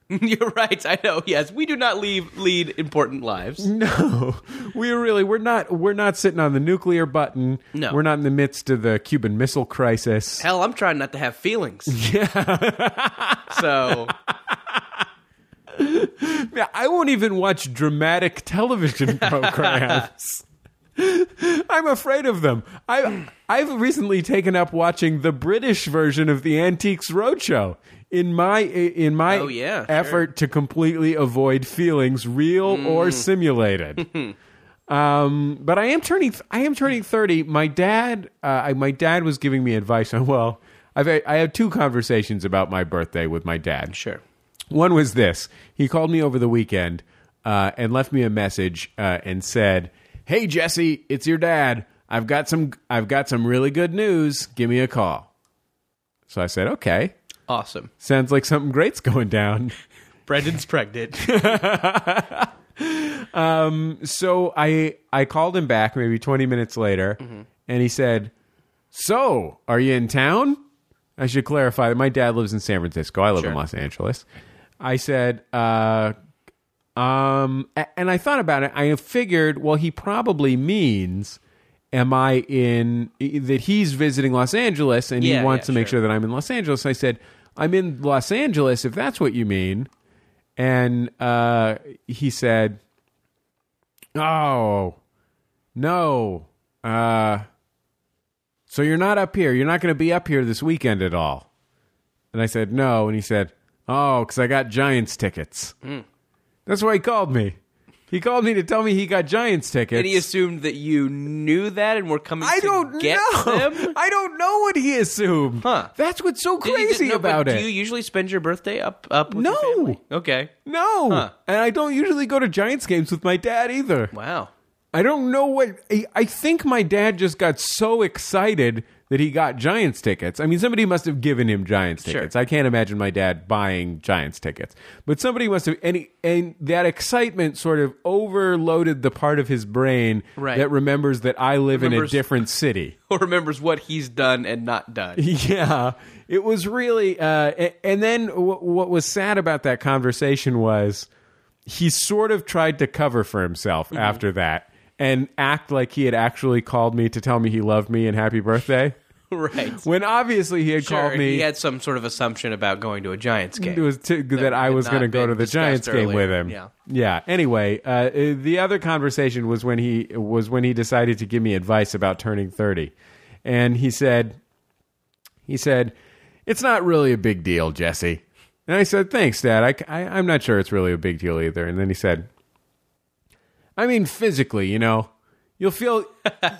[SPEAKER 3] You're right. I know. Yes, we do not leave lead important lives.
[SPEAKER 2] No, we really we're not we're not sitting on the nuclear button.
[SPEAKER 3] No.
[SPEAKER 2] we're not in the midst of the Cuban Missile Crisis.
[SPEAKER 3] Hell, I'm trying not to have feelings. Yeah. so
[SPEAKER 2] Yeah, I won't even watch dramatic television programs. I'm afraid of them. I I've recently taken up watching the British version of the Antiques Roadshow in my in my
[SPEAKER 3] Oh, yeah, sure. Mm.
[SPEAKER 2] effort to completely avoid feelings, real or simulated. Um, but I am turning. I am turning thirty. My dad. Uh, I, my dad was giving me advice on. Well, I've I had two conversations about my birthday with my dad.
[SPEAKER 3] Sure.
[SPEAKER 2] One was this. He called me over the weekend uh, and left me a message uh, and said, "Hey Jesse, it's your dad. I've got some. I've got some really good news. Give me a call." So I said, "Okay,
[SPEAKER 3] Awesome.
[SPEAKER 2] sounds like something great's going down."
[SPEAKER 3] Brendan's pregnant.
[SPEAKER 2] so I I called him back maybe 20 minutes later and he said, "So, are you in town?" I should clarify that my dad lives in San Francisco. I live in
[SPEAKER 3] Sure.
[SPEAKER 2] Los Angeles. I said, uh, um, a- and I thought about it. I figured, well, he probably means, am I in, that he's visiting Los Angeles and
[SPEAKER 3] Yeah,
[SPEAKER 2] he wants
[SPEAKER 3] yeah,
[SPEAKER 2] to make
[SPEAKER 3] sure.
[SPEAKER 2] sure that I'm in Los Angeles. I said, I'm in Los Angeles, if that's what you mean. And uh, he said, Oh, no. Uh, so you're not up here. You're not going to be up here this weekend at all. And I said, No. And he said, Oh, because I got Giants tickets.
[SPEAKER 3] Hmm.
[SPEAKER 2] That's why he called me. He called me to tell me he got Giants tickets.
[SPEAKER 3] and he assumed that you knew that and were coming
[SPEAKER 2] I
[SPEAKER 3] to
[SPEAKER 2] don't
[SPEAKER 3] get
[SPEAKER 2] know.
[SPEAKER 3] them.
[SPEAKER 2] I don't know what he assumed.
[SPEAKER 3] Huh.
[SPEAKER 2] That's what's so
[SPEAKER 3] Did you-
[SPEAKER 2] crazy
[SPEAKER 3] no, but
[SPEAKER 2] about it.
[SPEAKER 3] Do you usually spend your birthday up up? With your
[SPEAKER 2] No.
[SPEAKER 3] family? Okay.
[SPEAKER 2] No.
[SPEAKER 3] Huh.
[SPEAKER 2] And I don't usually go to Giants games with my dad either.
[SPEAKER 3] Wow.
[SPEAKER 2] I don't know what. I, I think my dad just got so excited that he got Giants tickets. I mean, somebody must have given him Giants
[SPEAKER 3] Sure.
[SPEAKER 2] tickets. I can't imagine my dad buying Giants tickets. But somebody must have. And, he, and that excitement sort of overloaded the part of his brain
[SPEAKER 3] Right.
[SPEAKER 2] that remembers that I live in a
[SPEAKER 3] Remembers-
[SPEAKER 2] different city.
[SPEAKER 3] Who remembers what he's done and not done?
[SPEAKER 2] Yeah, it was really. Uh, a- and then w- what was sad about that conversation was he sort of tried to cover for himself
[SPEAKER 3] Mm-hmm.
[SPEAKER 2] after that and act like he had actually called me to tell me he loved me and happy birthday.
[SPEAKER 3] right.
[SPEAKER 2] When obviously he had
[SPEAKER 3] Sure,
[SPEAKER 2] called me
[SPEAKER 3] he had some sort of assumption about going to a Giants game.
[SPEAKER 2] it was to, that, I
[SPEAKER 3] had
[SPEAKER 2] was
[SPEAKER 3] not
[SPEAKER 2] going to go
[SPEAKER 3] been
[SPEAKER 2] to the
[SPEAKER 3] discussed
[SPEAKER 2] Giants game
[SPEAKER 3] earlier.
[SPEAKER 2] with him.
[SPEAKER 3] Yeah.
[SPEAKER 2] Anyway, uh, uh, the other conversation was when he was when he decided to give me advice about turning thirty, and he said, he said, it's not really a big deal, Jesse. And I said, thanks, Dad. I, c- I I'm not sure it's really a big deal either. And then he said, I mean, physically, you know, you'll feel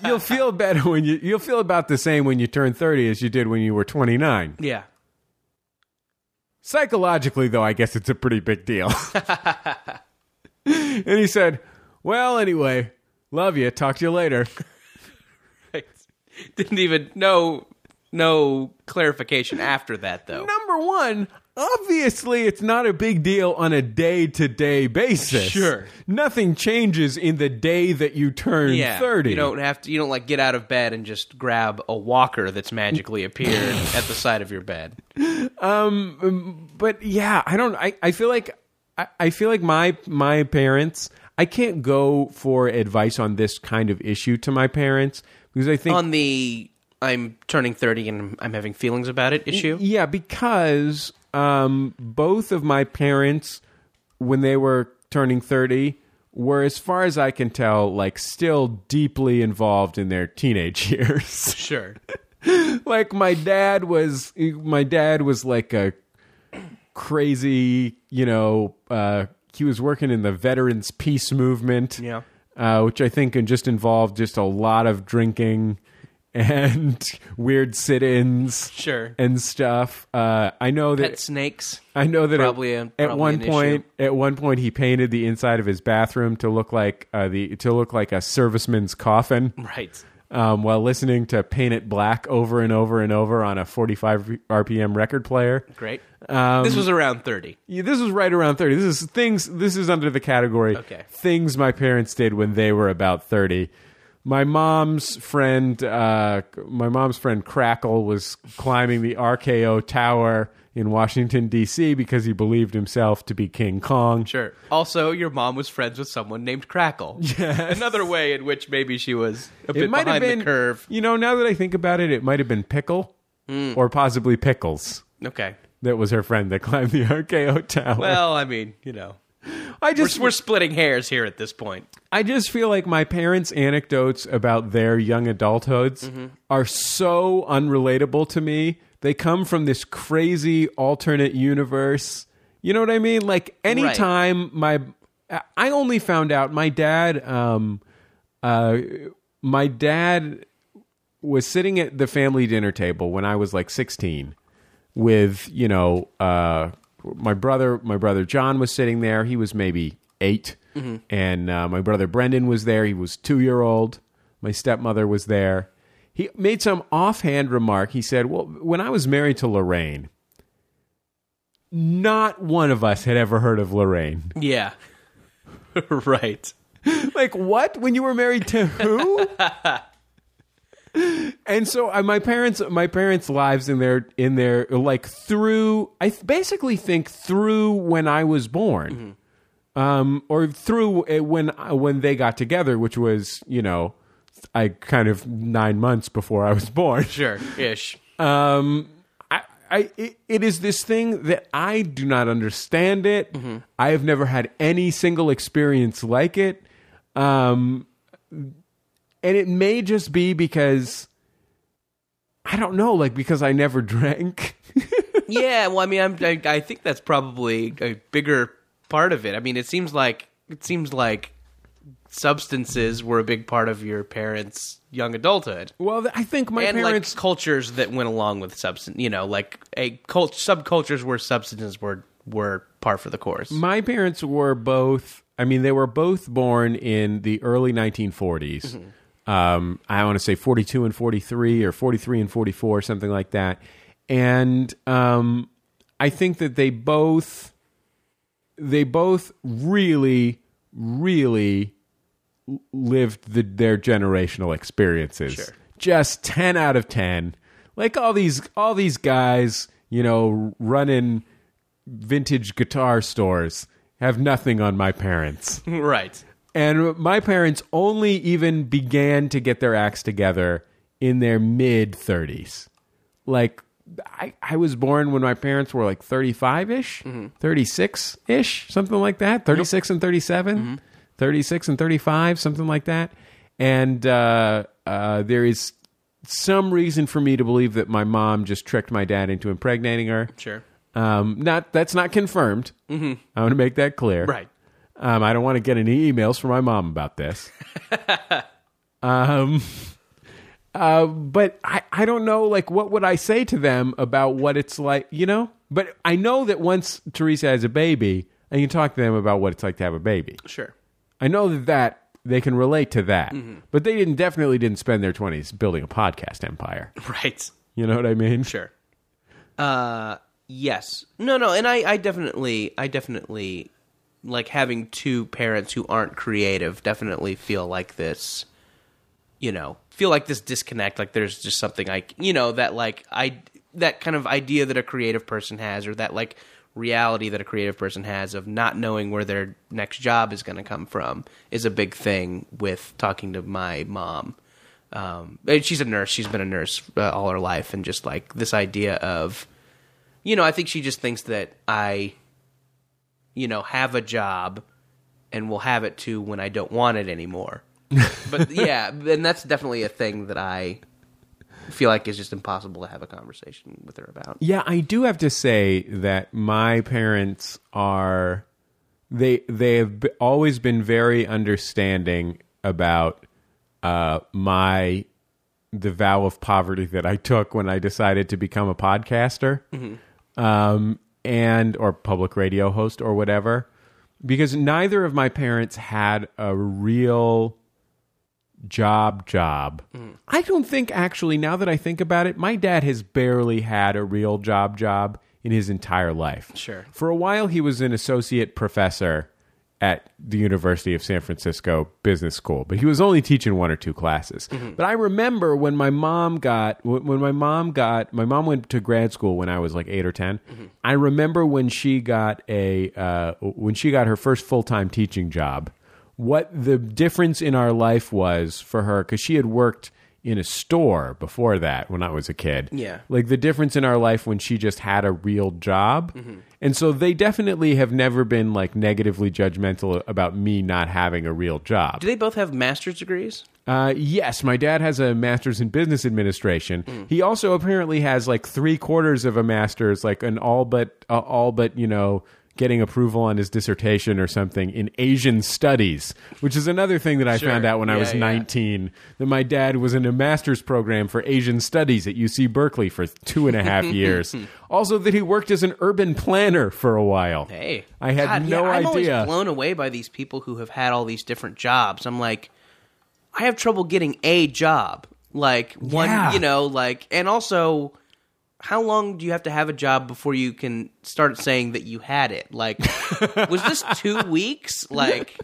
[SPEAKER 2] you'll feel better when you you'll feel about the same when you turn thirty as you did when you were twenty nine.
[SPEAKER 3] yeah.
[SPEAKER 2] Psychologically, though, I guess it's a pretty big deal. and he said, Well, anyway, love you. Talk to you later.
[SPEAKER 3] Right. Didn't even no no clarification after that though.
[SPEAKER 2] Number one, obviously, it's not a big deal on a day to day basis.
[SPEAKER 3] Sure.
[SPEAKER 2] Nothing changes in the day that you turn
[SPEAKER 3] yeah,
[SPEAKER 2] 30.
[SPEAKER 3] you don't have to. You don't like get out of bed and just grab a walker that's magically appeared at the side of your bed.
[SPEAKER 2] but yeah, I don't. I, I feel like I, I feel like my my parents. I can't go for advice on this kind of issue to my parents because I think
[SPEAKER 3] On the I'm turning thirty and I'm having feelings about it issue.
[SPEAKER 2] Yeah, because um, both of my parents, when they were turning 30, were, as far as I can tell, like still deeply involved in their teenage years.
[SPEAKER 3] Sure.
[SPEAKER 2] like my dad was, my dad was like a crazy, you know, uh, he was working in the veterans peace movement.
[SPEAKER 3] Yeah.
[SPEAKER 2] Uh, which I think just involved just a lot of drinking and weird sit-ins
[SPEAKER 3] Sure.
[SPEAKER 2] and stuff. Uh, I know that
[SPEAKER 3] Pet snakes.
[SPEAKER 2] I know that
[SPEAKER 3] Probably
[SPEAKER 2] at,
[SPEAKER 3] a-
[SPEAKER 2] at
[SPEAKER 3] probably
[SPEAKER 2] one
[SPEAKER 3] an
[SPEAKER 2] point, at one point, he painted the inside of his bathroom to look like uh, the to look like a serviceman's coffin,
[SPEAKER 3] Right.
[SPEAKER 2] um, while listening to "Paint It Black" over and over and over on a 45 RPM record player.
[SPEAKER 3] Great.
[SPEAKER 2] Um,
[SPEAKER 3] this was around thirty.
[SPEAKER 2] Yeah, this was right around 30. This is things. This is under the category
[SPEAKER 3] Okay.
[SPEAKER 2] things my parents did when they were about 30. My mom's friend, uh, my mom's friend Crackle was climbing the RKO Tower in Washington D.C. because he believed himself to be King Kong.
[SPEAKER 3] Sure. Also, your mom was friends with someone named Crackle. Yeah. Another way in which maybe she was a bit
[SPEAKER 2] It might have
[SPEAKER 3] behind
[SPEAKER 2] been
[SPEAKER 3] the curve. Hmm.
[SPEAKER 2] You know, now that I think about it, it might have been Pickle or possibly Pickles.
[SPEAKER 3] Okay.
[SPEAKER 2] that was her friend that climbed the RKO tower.
[SPEAKER 3] Well, I mean, you know,
[SPEAKER 2] I
[SPEAKER 3] we're,
[SPEAKER 2] just
[SPEAKER 3] we're splitting hairs here at this point.
[SPEAKER 2] I just feel like my parents' anecdotes about their young adulthoods
[SPEAKER 3] Mm-hmm.
[SPEAKER 2] are so unrelatable to me. They come from this crazy alternate universe. You know what I mean? Like anytime my I only found out my dad um uh my dad was sitting at the family dinner table when I was like 16 with, you know, uh, my brother, my brother John was sitting there. He was maybe 8 And uh, my brother Brendan was there. He was two year old. My stepmother was there. He made some offhand remark. He said, Well, when I was married to Lorraine, not one of us had ever heard of Lorraine.
[SPEAKER 3] Yeah, right.
[SPEAKER 2] like what when you were married to who and so uh, my parents my parents lives in their in their like through i th- basically think through when i was born um or through uh, when I- when they got together which was you know i kind of 9 months before i was born
[SPEAKER 3] Sure, ish.
[SPEAKER 2] um, I, I, it, it is this thing that I do not understand it. I have never had any single experience like it. Um, and it may just be because I don't know, like because I never drank.
[SPEAKER 3] yeah, well, I mean, I'm, I, I think that's probably a bigger part of it. I mean, it seems like it seems like substances were a big part of your parents' young adulthood.
[SPEAKER 2] well, th- I think my
[SPEAKER 3] and
[SPEAKER 2] parents.
[SPEAKER 3] like cultures that went along with substance, you know, like a cult subcultures where substances were were par for the course.
[SPEAKER 2] My parents were both. I mean, they were both born in the early 1940s. Um, I want to say 42 and 43, or 43 and 44, something like that. And um, I think that they both they both really, really l- lived the, their generational experiences. Just ten out of ten. Like all these, all these guys, you know, running vintage guitar stores have nothing on my parents.
[SPEAKER 3] right.
[SPEAKER 2] and my parents only even began to get their acts together in their mid 30s. Like, I, I was born when my parents were like 35 ish, 36 ish, something like that, 36 and 37, 36 and 35, something like that. And uh, uh, there is some reason for me to believe that my mom just tricked my dad into impregnating her.
[SPEAKER 3] Sure.
[SPEAKER 2] Um, not that's not confirmed. Mm-hmm. I want to make that clear.
[SPEAKER 3] Right.
[SPEAKER 2] Um, I don't want to get any emails from my mom about this. um, uh, but I, I don't know. Like, what would I say to them about what it's like? You know. But I know that once Teresa has a baby, I can talk to them about what it's like to have a baby.
[SPEAKER 3] Sure.
[SPEAKER 2] I know that, that they can relate to that. But they didn't definitely didn't spend their twenties building a podcast empire.
[SPEAKER 3] Right.
[SPEAKER 2] You know what I mean?
[SPEAKER 3] Sure. Uh yes. No, no, and I I definitely I definitely like having two parents who aren't creative definitely feel like this you know, feel like this disconnect like there's just something I you know that like I that kind of idea that a creative person has or that like reality that a creative person has of not knowing where their next job is going to come from is a big thing with talking to my mom um, and she's a nurse. She's been a nurse uh, all her life, and just like this idea of, you know, I think she just thinks that I, you know, have a job, and will have it too when I don't want it anymore. but yeah, and that's definitely a thing that I feel like is just impossible to have a conversation with her about.
[SPEAKER 2] Yeah, I do have to say that my parents are they they have b- always been very understanding about uh my the vow of poverty that I took when I decided to become a podcaster. Um and or public radio host or whatever because neither of my parents had a real job job. I don't think actually now that I think about it, my dad has barely had a real job job in his entire life.
[SPEAKER 3] Sure.
[SPEAKER 2] For a while he was an associate professor at the University of San Francisco Business School, but he was only teaching one or two classes. But I remember when my mom got when when my mom got my mom went to grad school when I was like 8 or 10. I remember when she got a uh, when she got her first full-time teaching job what the difference in our life was for her because she had worked in a store before that when I was a kid.
[SPEAKER 3] Yeah.
[SPEAKER 2] Like the difference in our life when she just had a real job. And so they definitely have never been like negatively judgmental about me not having a real job.
[SPEAKER 3] Do they both have master's degrees?
[SPEAKER 2] Uh, yes, my dad has a master's in business administration.
[SPEAKER 3] Hmm.
[SPEAKER 2] He also apparently has like three quarters of a master's, like an all but uh, all but you know getting approval on his dissertation or something in Asian studies, which is another thing that I
[SPEAKER 3] Sure.
[SPEAKER 2] found out when I
[SPEAKER 3] Yeah,
[SPEAKER 2] was
[SPEAKER 3] yeah.
[SPEAKER 2] nineteen that my dad was in a master's program for Asian studies at UC Berkeley for two and a half years. Also, that he worked as an urban planner for a while.
[SPEAKER 3] Hey,
[SPEAKER 2] I had
[SPEAKER 3] God,
[SPEAKER 2] no
[SPEAKER 3] yeah, I'm
[SPEAKER 2] idea.
[SPEAKER 3] always blown away by these people who have had all these different jobs. I'm like, I have trouble getting a job. Like one,
[SPEAKER 2] Yeah.
[SPEAKER 3] you know, like, and also, how long do you have to have a job before you can start saying that you had it? Like, was this two weeks? Like,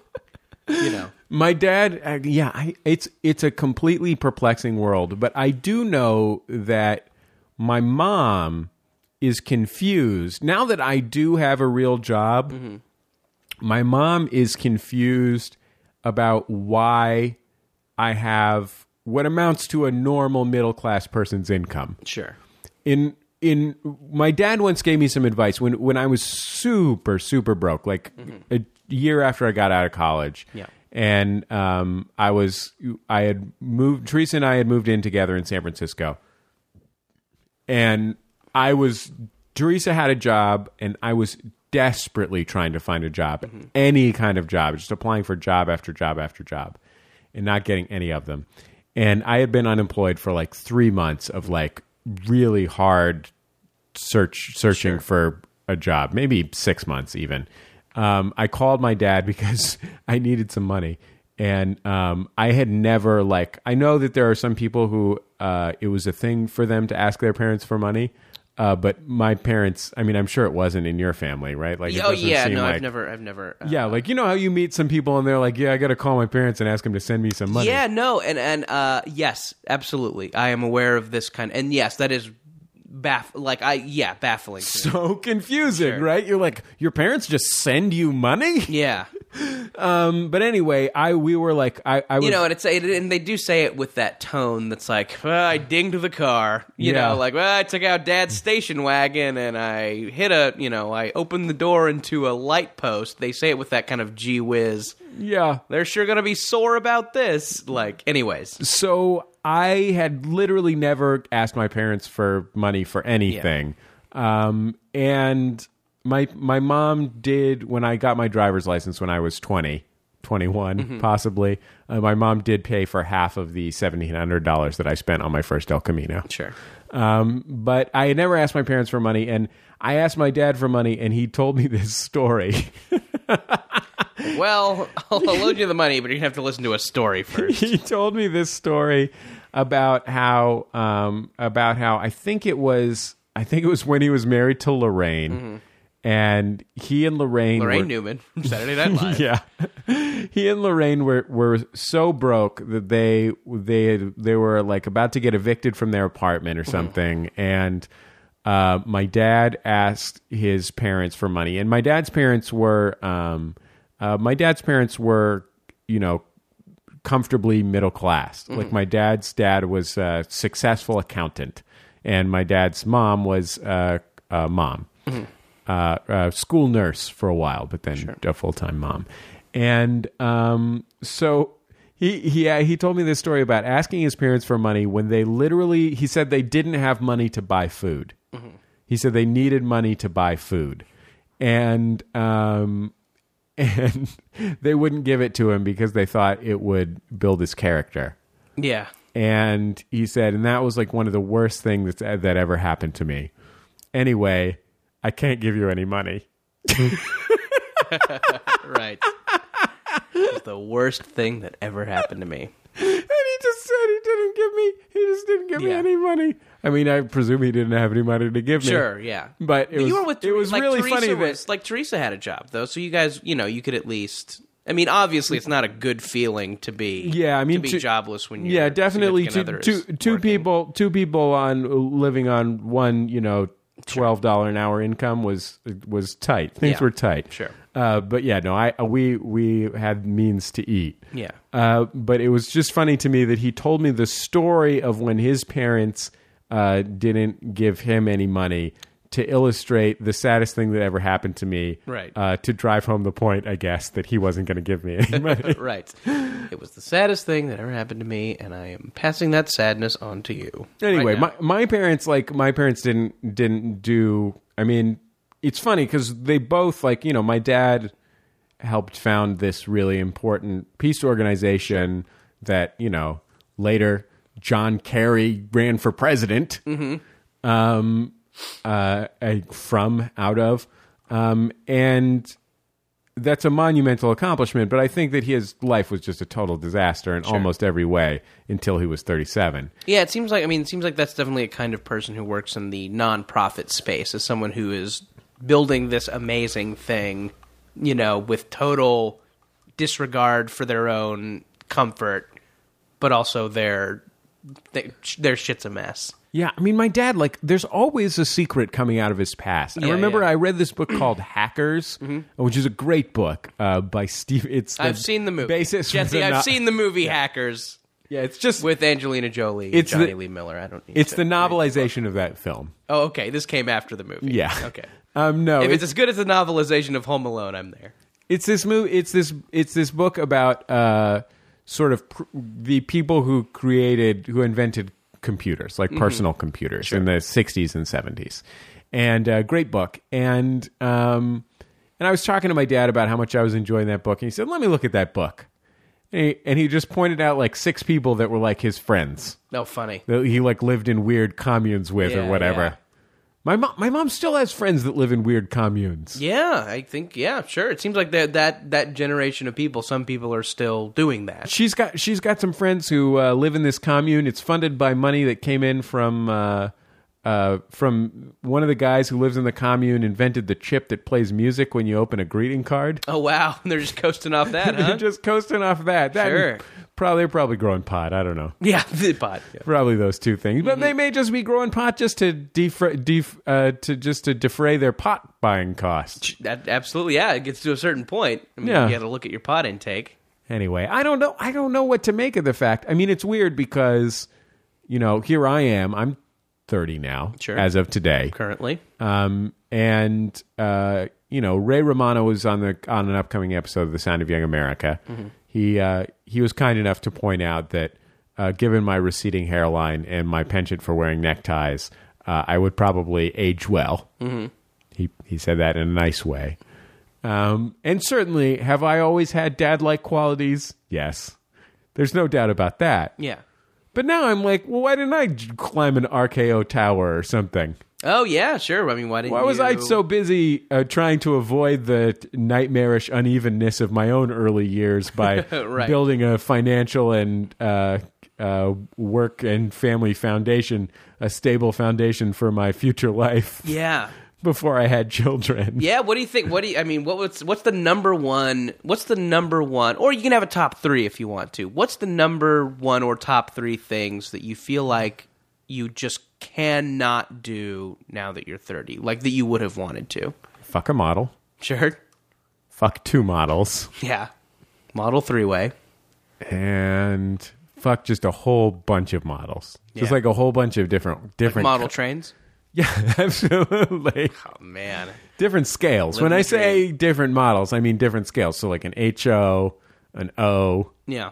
[SPEAKER 3] you know,
[SPEAKER 2] My dad, uh, yeah, I, it's it's a completely perplexing world, but I do know that my mom is confused now that I do have a real job. My mom is confused about why I have what amounts to a normal middle class person's income
[SPEAKER 3] sure,
[SPEAKER 2] in in my dad once gave me some advice when when I was super super broke, like a year after I got out of college.
[SPEAKER 3] Yeah.
[SPEAKER 2] and um, I was I had moved. Teresa and I had moved in together in San Francisco, and I was Teresa had a job, and I was desperately trying to find a job, any kind of job, just applying for job after job after job, and not getting any of them. And I had been unemployed for like three months of like really hard search searching for a job, maybe six months even. Um, I called my dad because I needed some money, and um, I had never like I know that there are some people who uh, it was a thing for them to ask their parents for money. Uh, but my parents, I mean, I'm sure it wasn't in your family, right? Like, it
[SPEAKER 3] oh
[SPEAKER 2] doesn't
[SPEAKER 3] yeah,
[SPEAKER 2] seem
[SPEAKER 3] no, I've
[SPEAKER 2] like-
[SPEAKER 3] never, I've never, uh,
[SPEAKER 2] yeah, like you know how you meet some people and they're like, yeah, I got to call my parents and ask them to send me some money.
[SPEAKER 3] Yeah, no, and and uh, yes, absolutely, I am aware of this kind, and yes, that is baff, like I, yeah, baffling. to me.
[SPEAKER 2] so confusing, right? You're like, your parents just send you money.
[SPEAKER 3] Yeah,
[SPEAKER 2] Um, But anyway, I we were like, I, I was,
[SPEAKER 3] you know, and it's it, and they do say it with that tone that's like, "Well, I dinged the car, you
[SPEAKER 2] Yeah.
[SPEAKER 3] know, like well, I took out Dad's station wagon and I hit a, you know, I opened the door into a light post. They say it with that kind of gee whiz.
[SPEAKER 2] yeah.
[SPEAKER 3] They're sure gonna be sore about this. Like, anyways,
[SPEAKER 2] So I had literally never asked my parents for money for anything. Um, and my my mom did when I got my driver's license when I was 20, 21
[SPEAKER 3] Mm-hmm.
[SPEAKER 2] possibly. Uh, my mom did pay for half of the $1700 that I spent on my first El Camino.
[SPEAKER 3] sure,
[SPEAKER 2] Um, but I had never asked my parents for money and I asked my dad for money and he told me this story.
[SPEAKER 3] well, I'll loan you the money, but you're gonna have to listen to a story first.
[SPEAKER 2] he told me this story about how um, about how I think it was I think it was when he was married to Lorraine, and he and Lorraine
[SPEAKER 3] Lorraine
[SPEAKER 2] were,
[SPEAKER 3] Newman from Saturday Night Live.
[SPEAKER 2] yeah, he and Lorraine were were so broke that they they they were like about to get evicted from their apartment or something, and uh, my dad asked his parents for money, and my dad's parents were um, uh, my dad's parents were you know comfortably middle class. Like my dad's dad was a successful accountant, and my dad's mom was a, a mom, uh, a school nurse for a while, but then a full time mom. And um, so he he uh, he told me this story about asking his parents for money when they literally he said they didn't have money to buy food. He said they needed money to buy food, and um, and they wouldn't give it to him because they thought it would build his character.
[SPEAKER 3] Yeah.
[SPEAKER 2] And he said, and that was like one of the worst things that that ever happened to me. Anyway, I can't give you any money.
[SPEAKER 3] Right. It's the worst thing that ever happened to me.
[SPEAKER 2] And he just said he didn't give me. He just didn't give me
[SPEAKER 3] Yeah.
[SPEAKER 2] any money. I mean, I presume he didn't have any money to give
[SPEAKER 3] Sure,
[SPEAKER 2] me.
[SPEAKER 3] yeah.
[SPEAKER 2] But it
[SPEAKER 3] But
[SPEAKER 2] was,
[SPEAKER 3] you were with
[SPEAKER 2] it
[SPEAKER 3] Ther-
[SPEAKER 2] was
[SPEAKER 3] like
[SPEAKER 2] really
[SPEAKER 3] Teresa
[SPEAKER 2] funny
[SPEAKER 3] was, like Teresa had a job though, so you guys, you know, you could at least. I mean, obviously, it's not a good feeling to be.
[SPEAKER 2] that. Yeah, I mean,
[SPEAKER 3] to be
[SPEAKER 2] two-
[SPEAKER 3] jobless when you.
[SPEAKER 2] yeah, definitely two two two people two people on living on one you know twelve dollar an hour income was was tight. Things
[SPEAKER 3] Yeah.
[SPEAKER 2] were tight.
[SPEAKER 3] Sure.
[SPEAKER 2] Uh, but yeah, no, I we we had means to eat.
[SPEAKER 3] Yeah.
[SPEAKER 2] Uh, but it was just funny to me that he told me the story of when his parents uh, didn't give him any money to illustrate the saddest thing that ever happened to me.
[SPEAKER 3] Right.
[SPEAKER 2] Uh, to drive home the point, I guess, that he wasn't going to give me any money.
[SPEAKER 3] right. It was the saddest thing that ever happened to me, and I am passing that sadness on to you.
[SPEAKER 2] anyway,
[SPEAKER 3] Right now.
[SPEAKER 2] my my parents like my parents didn't didn't do. I mean, it's funny because they both like you know my dad helped found this really important peace organization that you know later John Kerry ran for president um, uh, uh, from out of, um, and that's a monumental accomplishment. But I think that his life was just a total disaster in almost every way until he was thirty-seven.
[SPEAKER 3] yeah, it seems like I mean, it seems like that's definitely a kind of person who works in the nonprofit space as someone who is building this amazing thing, you know, with total disregard for their own comfort, but also their their, their shit's a mess.
[SPEAKER 2] Yeah, I mean, my dad, like, there's always a secret coming out of his past. I
[SPEAKER 3] Yeah,
[SPEAKER 2] remember
[SPEAKER 3] yeah. Mm-hmm.
[SPEAKER 2] I read this book called Hackers, which is a great book uh, by Steve. It's
[SPEAKER 3] I've seen the movie.
[SPEAKER 2] Basis
[SPEAKER 3] Jesse, I've seen the movie Hackers
[SPEAKER 2] Yeah, it's just
[SPEAKER 3] with Angelina Jolie,
[SPEAKER 2] It's
[SPEAKER 3] Johnny
[SPEAKER 2] the-
[SPEAKER 3] Lee Miller. I don't. Need
[SPEAKER 2] it's
[SPEAKER 3] to
[SPEAKER 2] the
[SPEAKER 3] read
[SPEAKER 2] novelization of that film.
[SPEAKER 3] Oh, okay. This came after the movie.
[SPEAKER 2] Yeah.
[SPEAKER 3] Okay.
[SPEAKER 2] Um, no,
[SPEAKER 3] if it's,
[SPEAKER 2] it's,
[SPEAKER 3] as good as the novelization of Home Alone, I'm there.
[SPEAKER 2] it's this movie. It's this. It's this book about uh, sort of pr- the people who created, who invented computers,
[SPEAKER 3] Mm-hmm.
[SPEAKER 2] like personal computers, in the '60s and '70s. And uh, great book. And um, and I was talking to my dad about how much I was enjoying that book, and he said, "Let me look at that book." And he, and he just pointed out like six people that were like his friends
[SPEAKER 3] No, funny.
[SPEAKER 2] that he like lived in weird communes with
[SPEAKER 3] Yeah,
[SPEAKER 2] or whatever.
[SPEAKER 3] yeah.
[SPEAKER 2] My mom, my mom still has friends that live in weird communes.
[SPEAKER 3] Yeah, I think yeah, sure. It seems like that that that generation of people. Some people are still doing that.
[SPEAKER 2] she's got she's got some friends who uh, live in this commune. It's funded by money that came in from uh, uh, from one of the guys who lives in the commune invented the chip that plays music when you open a greeting card.
[SPEAKER 3] Oh wow, they're just coasting off that, huh?
[SPEAKER 2] They're just coasting off that. that
[SPEAKER 3] Uh-huh. Sure.
[SPEAKER 2] Probably they're probably growing pot. I don't know.
[SPEAKER 3] yeah, the pot. Yeah.
[SPEAKER 2] Probably those two things, but they may just be growing pot just to defra- def- uh, to just to defray their pot buying costs.
[SPEAKER 3] That absolutely. Yeah, it gets to a certain point. I mean,
[SPEAKER 2] Yeah.
[SPEAKER 3] you got to look at your pot intake.
[SPEAKER 2] Anyway, I don't know. I don't know what to make of the fact. I mean, it's weird because, you know, here I am. I'm 30 now,
[SPEAKER 3] Sure.
[SPEAKER 2] as of today,
[SPEAKER 3] Currently,
[SPEAKER 2] um, and uh, you know, Ray Romano was on the on an upcoming episode of The Sound of Young America. He uh, he was kind enough to point out that, uh, given my receding hairline and my penchant for wearing neckties, uh, I would probably age well. Mm-hmm. He he said that in a nice way. Um, and certainly, have I always had dad like qualities? Yes. There's no doubt about that.
[SPEAKER 3] yeah.
[SPEAKER 2] But now I'm like, well, why didn't I j- climb an RKO tower or something?
[SPEAKER 3] Oh yeah, sure. I mean, why didn't?
[SPEAKER 2] Why was I
[SPEAKER 3] you-
[SPEAKER 2] so busy uh, trying to avoid the t- nightmarish unevenness of my own early years by
[SPEAKER 3] Right.
[SPEAKER 2] building a financial and uh, uh, work and family foundation, a stable foundation for my future life
[SPEAKER 3] Yeah,
[SPEAKER 2] before I had children?
[SPEAKER 3] Yeah, what do you think? What do you, I mean? What, what's what's the number one? What's the number one? Or you can have a top three if you want to. What's the number one or top three things that you feel like you just cannot do now that you're 30, like that you would have wanted to?
[SPEAKER 2] Fuck a model.
[SPEAKER 3] Sure.
[SPEAKER 2] Fuck two models.
[SPEAKER 3] Yeah. Model three way.
[SPEAKER 2] and fuck just a whole bunch of models. Just
[SPEAKER 3] Yeah.
[SPEAKER 2] like a whole bunch of different different
[SPEAKER 3] Model trains.
[SPEAKER 2] Yeah, absolutely.
[SPEAKER 3] Oh man.
[SPEAKER 2] Different scales.
[SPEAKER 3] Living
[SPEAKER 2] when I
[SPEAKER 3] the
[SPEAKER 2] say different models, I mean different scales. So like an HO, an O.
[SPEAKER 3] Yeah.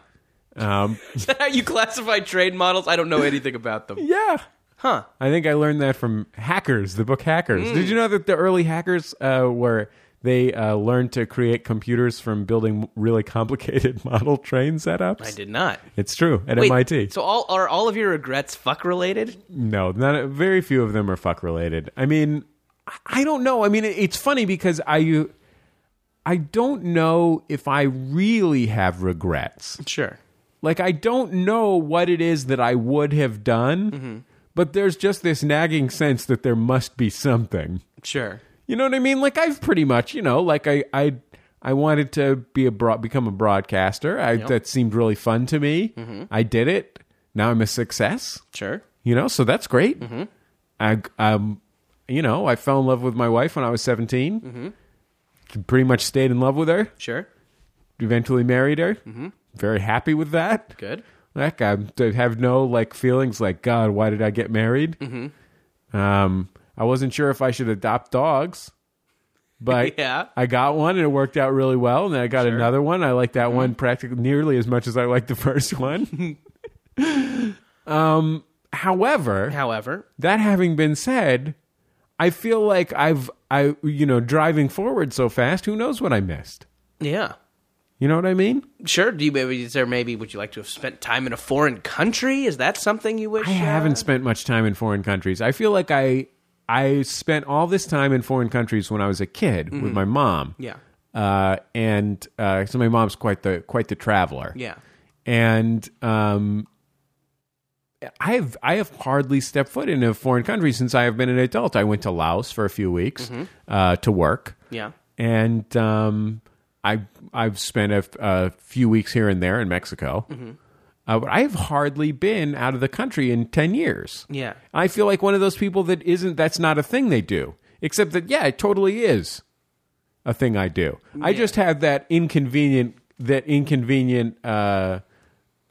[SPEAKER 2] Um,
[SPEAKER 3] Is that how you classify trade models? I don't know anything about them.
[SPEAKER 2] yeah.
[SPEAKER 3] Huh. Hmm.
[SPEAKER 2] I think I learned that from Hackers, the book Hackers. Did you know that the early hackers uh, were they uh, learned to create computers from building really complicated model train setups?
[SPEAKER 3] I did not.
[SPEAKER 2] It's true at
[SPEAKER 3] Wait,
[SPEAKER 2] MIT.
[SPEAKER 3] So all are all of your regrets fuck related?
[SPEAKER 2] No, not very few of them are fuck related. I mean, I- I don't know. I mean, it- it's funny because I I don't know if I really have regrets.
[SPEAKER 3] Sure.
[SPEAKER 2] Like I don't know what it is that I would have done, but there's just this nagging sense that there must be something.
[SPEAKER 3] Sure.
[SPEAKER 2] You know what I mean? Like I've pretty much, you know, like I I I wanted to be a broad, become a broadcaster. I, That seemed really fun to me. I did it. Now I'm a success
[SPEAKER 3] Sure.
[SPEAKER 2] you know so that's great i um you know i fell in love with my wife when i was 17 pretty much stayed in love with her,
[SPEAKER 3] Sure.
[SPEAKER 2] eventually married her. Mm-hmm. Very happy with that.
[SPEAKER 3] Good.
[SPEAKER 2] That guy to have no like feelings like God, why did I get married? Um, I wasn't sure if I should adopt dogs, but
[SPEAKER 3] Yeah.
[SPEAKER 2] I got one and it worked out really well. And then I got another one. I like that one practically nearly as much as I like the first one. um, however,
[SPEAKER 3] However,
[SPEAKER 2] that having been said, I feel like I've I you know driving forward so fast. Who knows what I missed?
[SPEAKER 3] yeah.
[SPEAKER 2] You know what I mean?
[SPEAKER 3] Sure. Do you maybe is there maybe would you like to have spent time in a foreign country? Is that something you wish? uh,
[SPEAKER 2] I haven't spent much time in foreign countries. I feel like I I spent all this time in foreign countries when I was a kid with my mom.
[SPEAKER 3] Yeah.
[SPEAKER 2] Uh, and uh, so my mom's quite the quite the traveler.
[SPEAKER 3] Yeah.
[SPEAKER 2] And um, I've I have hardly stepped foot in a foreign country since I have been an adult. I went to Laos for a few weeks uh, to work.
[SPEAKER 3] Yeah.
[SPEAKER 2] And um, I I've spent a, a few weeks here and there in Mexico. Uh, but I have hardly been out of the country in ten years.
[SPEAKER 3] Yeah.
[SPEAKER 2] I feel like one of those people that isn't, that's not a thing they do. Except that, yeah, it totally is a thing I do. I just have that inconvenient, that inconvenient, uh,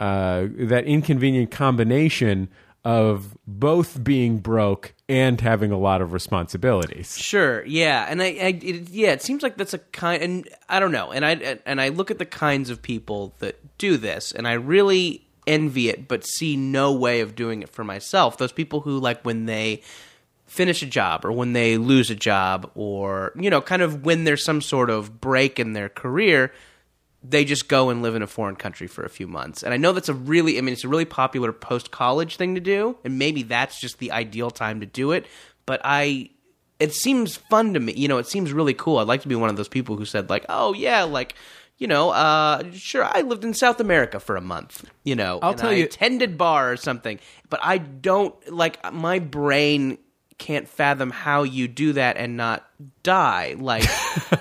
[SPEAKER 2] uh, that inconvenient combination of both being broke and having a lot of responsibilities.
[SPEAKER 3] Sure. Yeah. And I, I it, yeah, it seems like that's a kind and I don't know. And I and I look at the kinds of people that do this and I really envy it but see no way of doing it for myself. Those people who like when they finish a job or when they lose a job or you know, kind of when there's some sort of break in their career, they just go and live in a foreign country for a few months. And I know that's a really, I mean, it's a really popular post college thing to do, and maybe that's just the ideal time to do it. But I, it seems fun to me. You know, it seems really cool. I'd like to be one of those people who said, like, oh, yeah, like, you know, uh, sure, I lived in South America for a month, you know, I'll
[SPEAKER 2] tell
[SPEAKER 3] I
[SPEAKER 2] you-
[SPEAKER 3] attended bar or something. But I don't, like, my brain can't fathom how you do that and not die like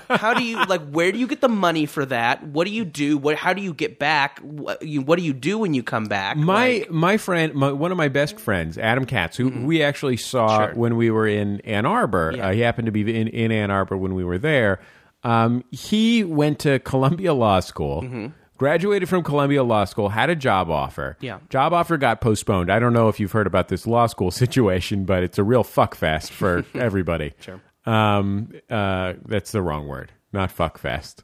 [SPEAKER 3] how do you like where do you get the money for that what do you do what how do you get back what, you, what do you do when you come back
[SPEAKER 2] My
[SPEAKER 3] Like, Mm-hmm.
[SPEAKER 2] my friend, my, one of my best friends, Adam Katz, who we actually saw
[SPEAKER 3] Sure.
[SPEAKER 2] when we were in Ann Arbor.
[SPEAKER 3] Yeah.
[SPEAKER 2] Uh, he happened to be in, in Ann Arbor when we were there. Um, he went to Columbia Law School,
[SPEAKER 3] Mm-hmm.
[SPEAKER 2] graduated from Columbia Law School, had a job offer.
[SPEAKER 3] Yeah.
[SPEAKER 2] job offer got postponed. I don't know if you've heard about this law school situation, but it's a real fuck fest for everybody. Sure. Um, uh, that's the wrong word, not fuck fest.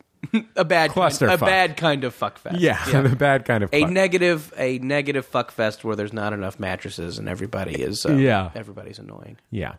[SPEAKER 3] a bad a
[SPEAKER 2] clusterfuck.
[SPEAKER 3] bad kind of fuck fest
[SPEAKER 2] Yeah, the bad kind of.
[SPEAKER 3] a
[SPEAKER 2] fuck.
[SPEAKER 3] negative a negative fuck fest where there's not enough mattresses and everybody is uh,
[SPEAKER 2] Yeah.
[SPEAKER 3] everybody's annoying
[SPEAKER 2] Yeah.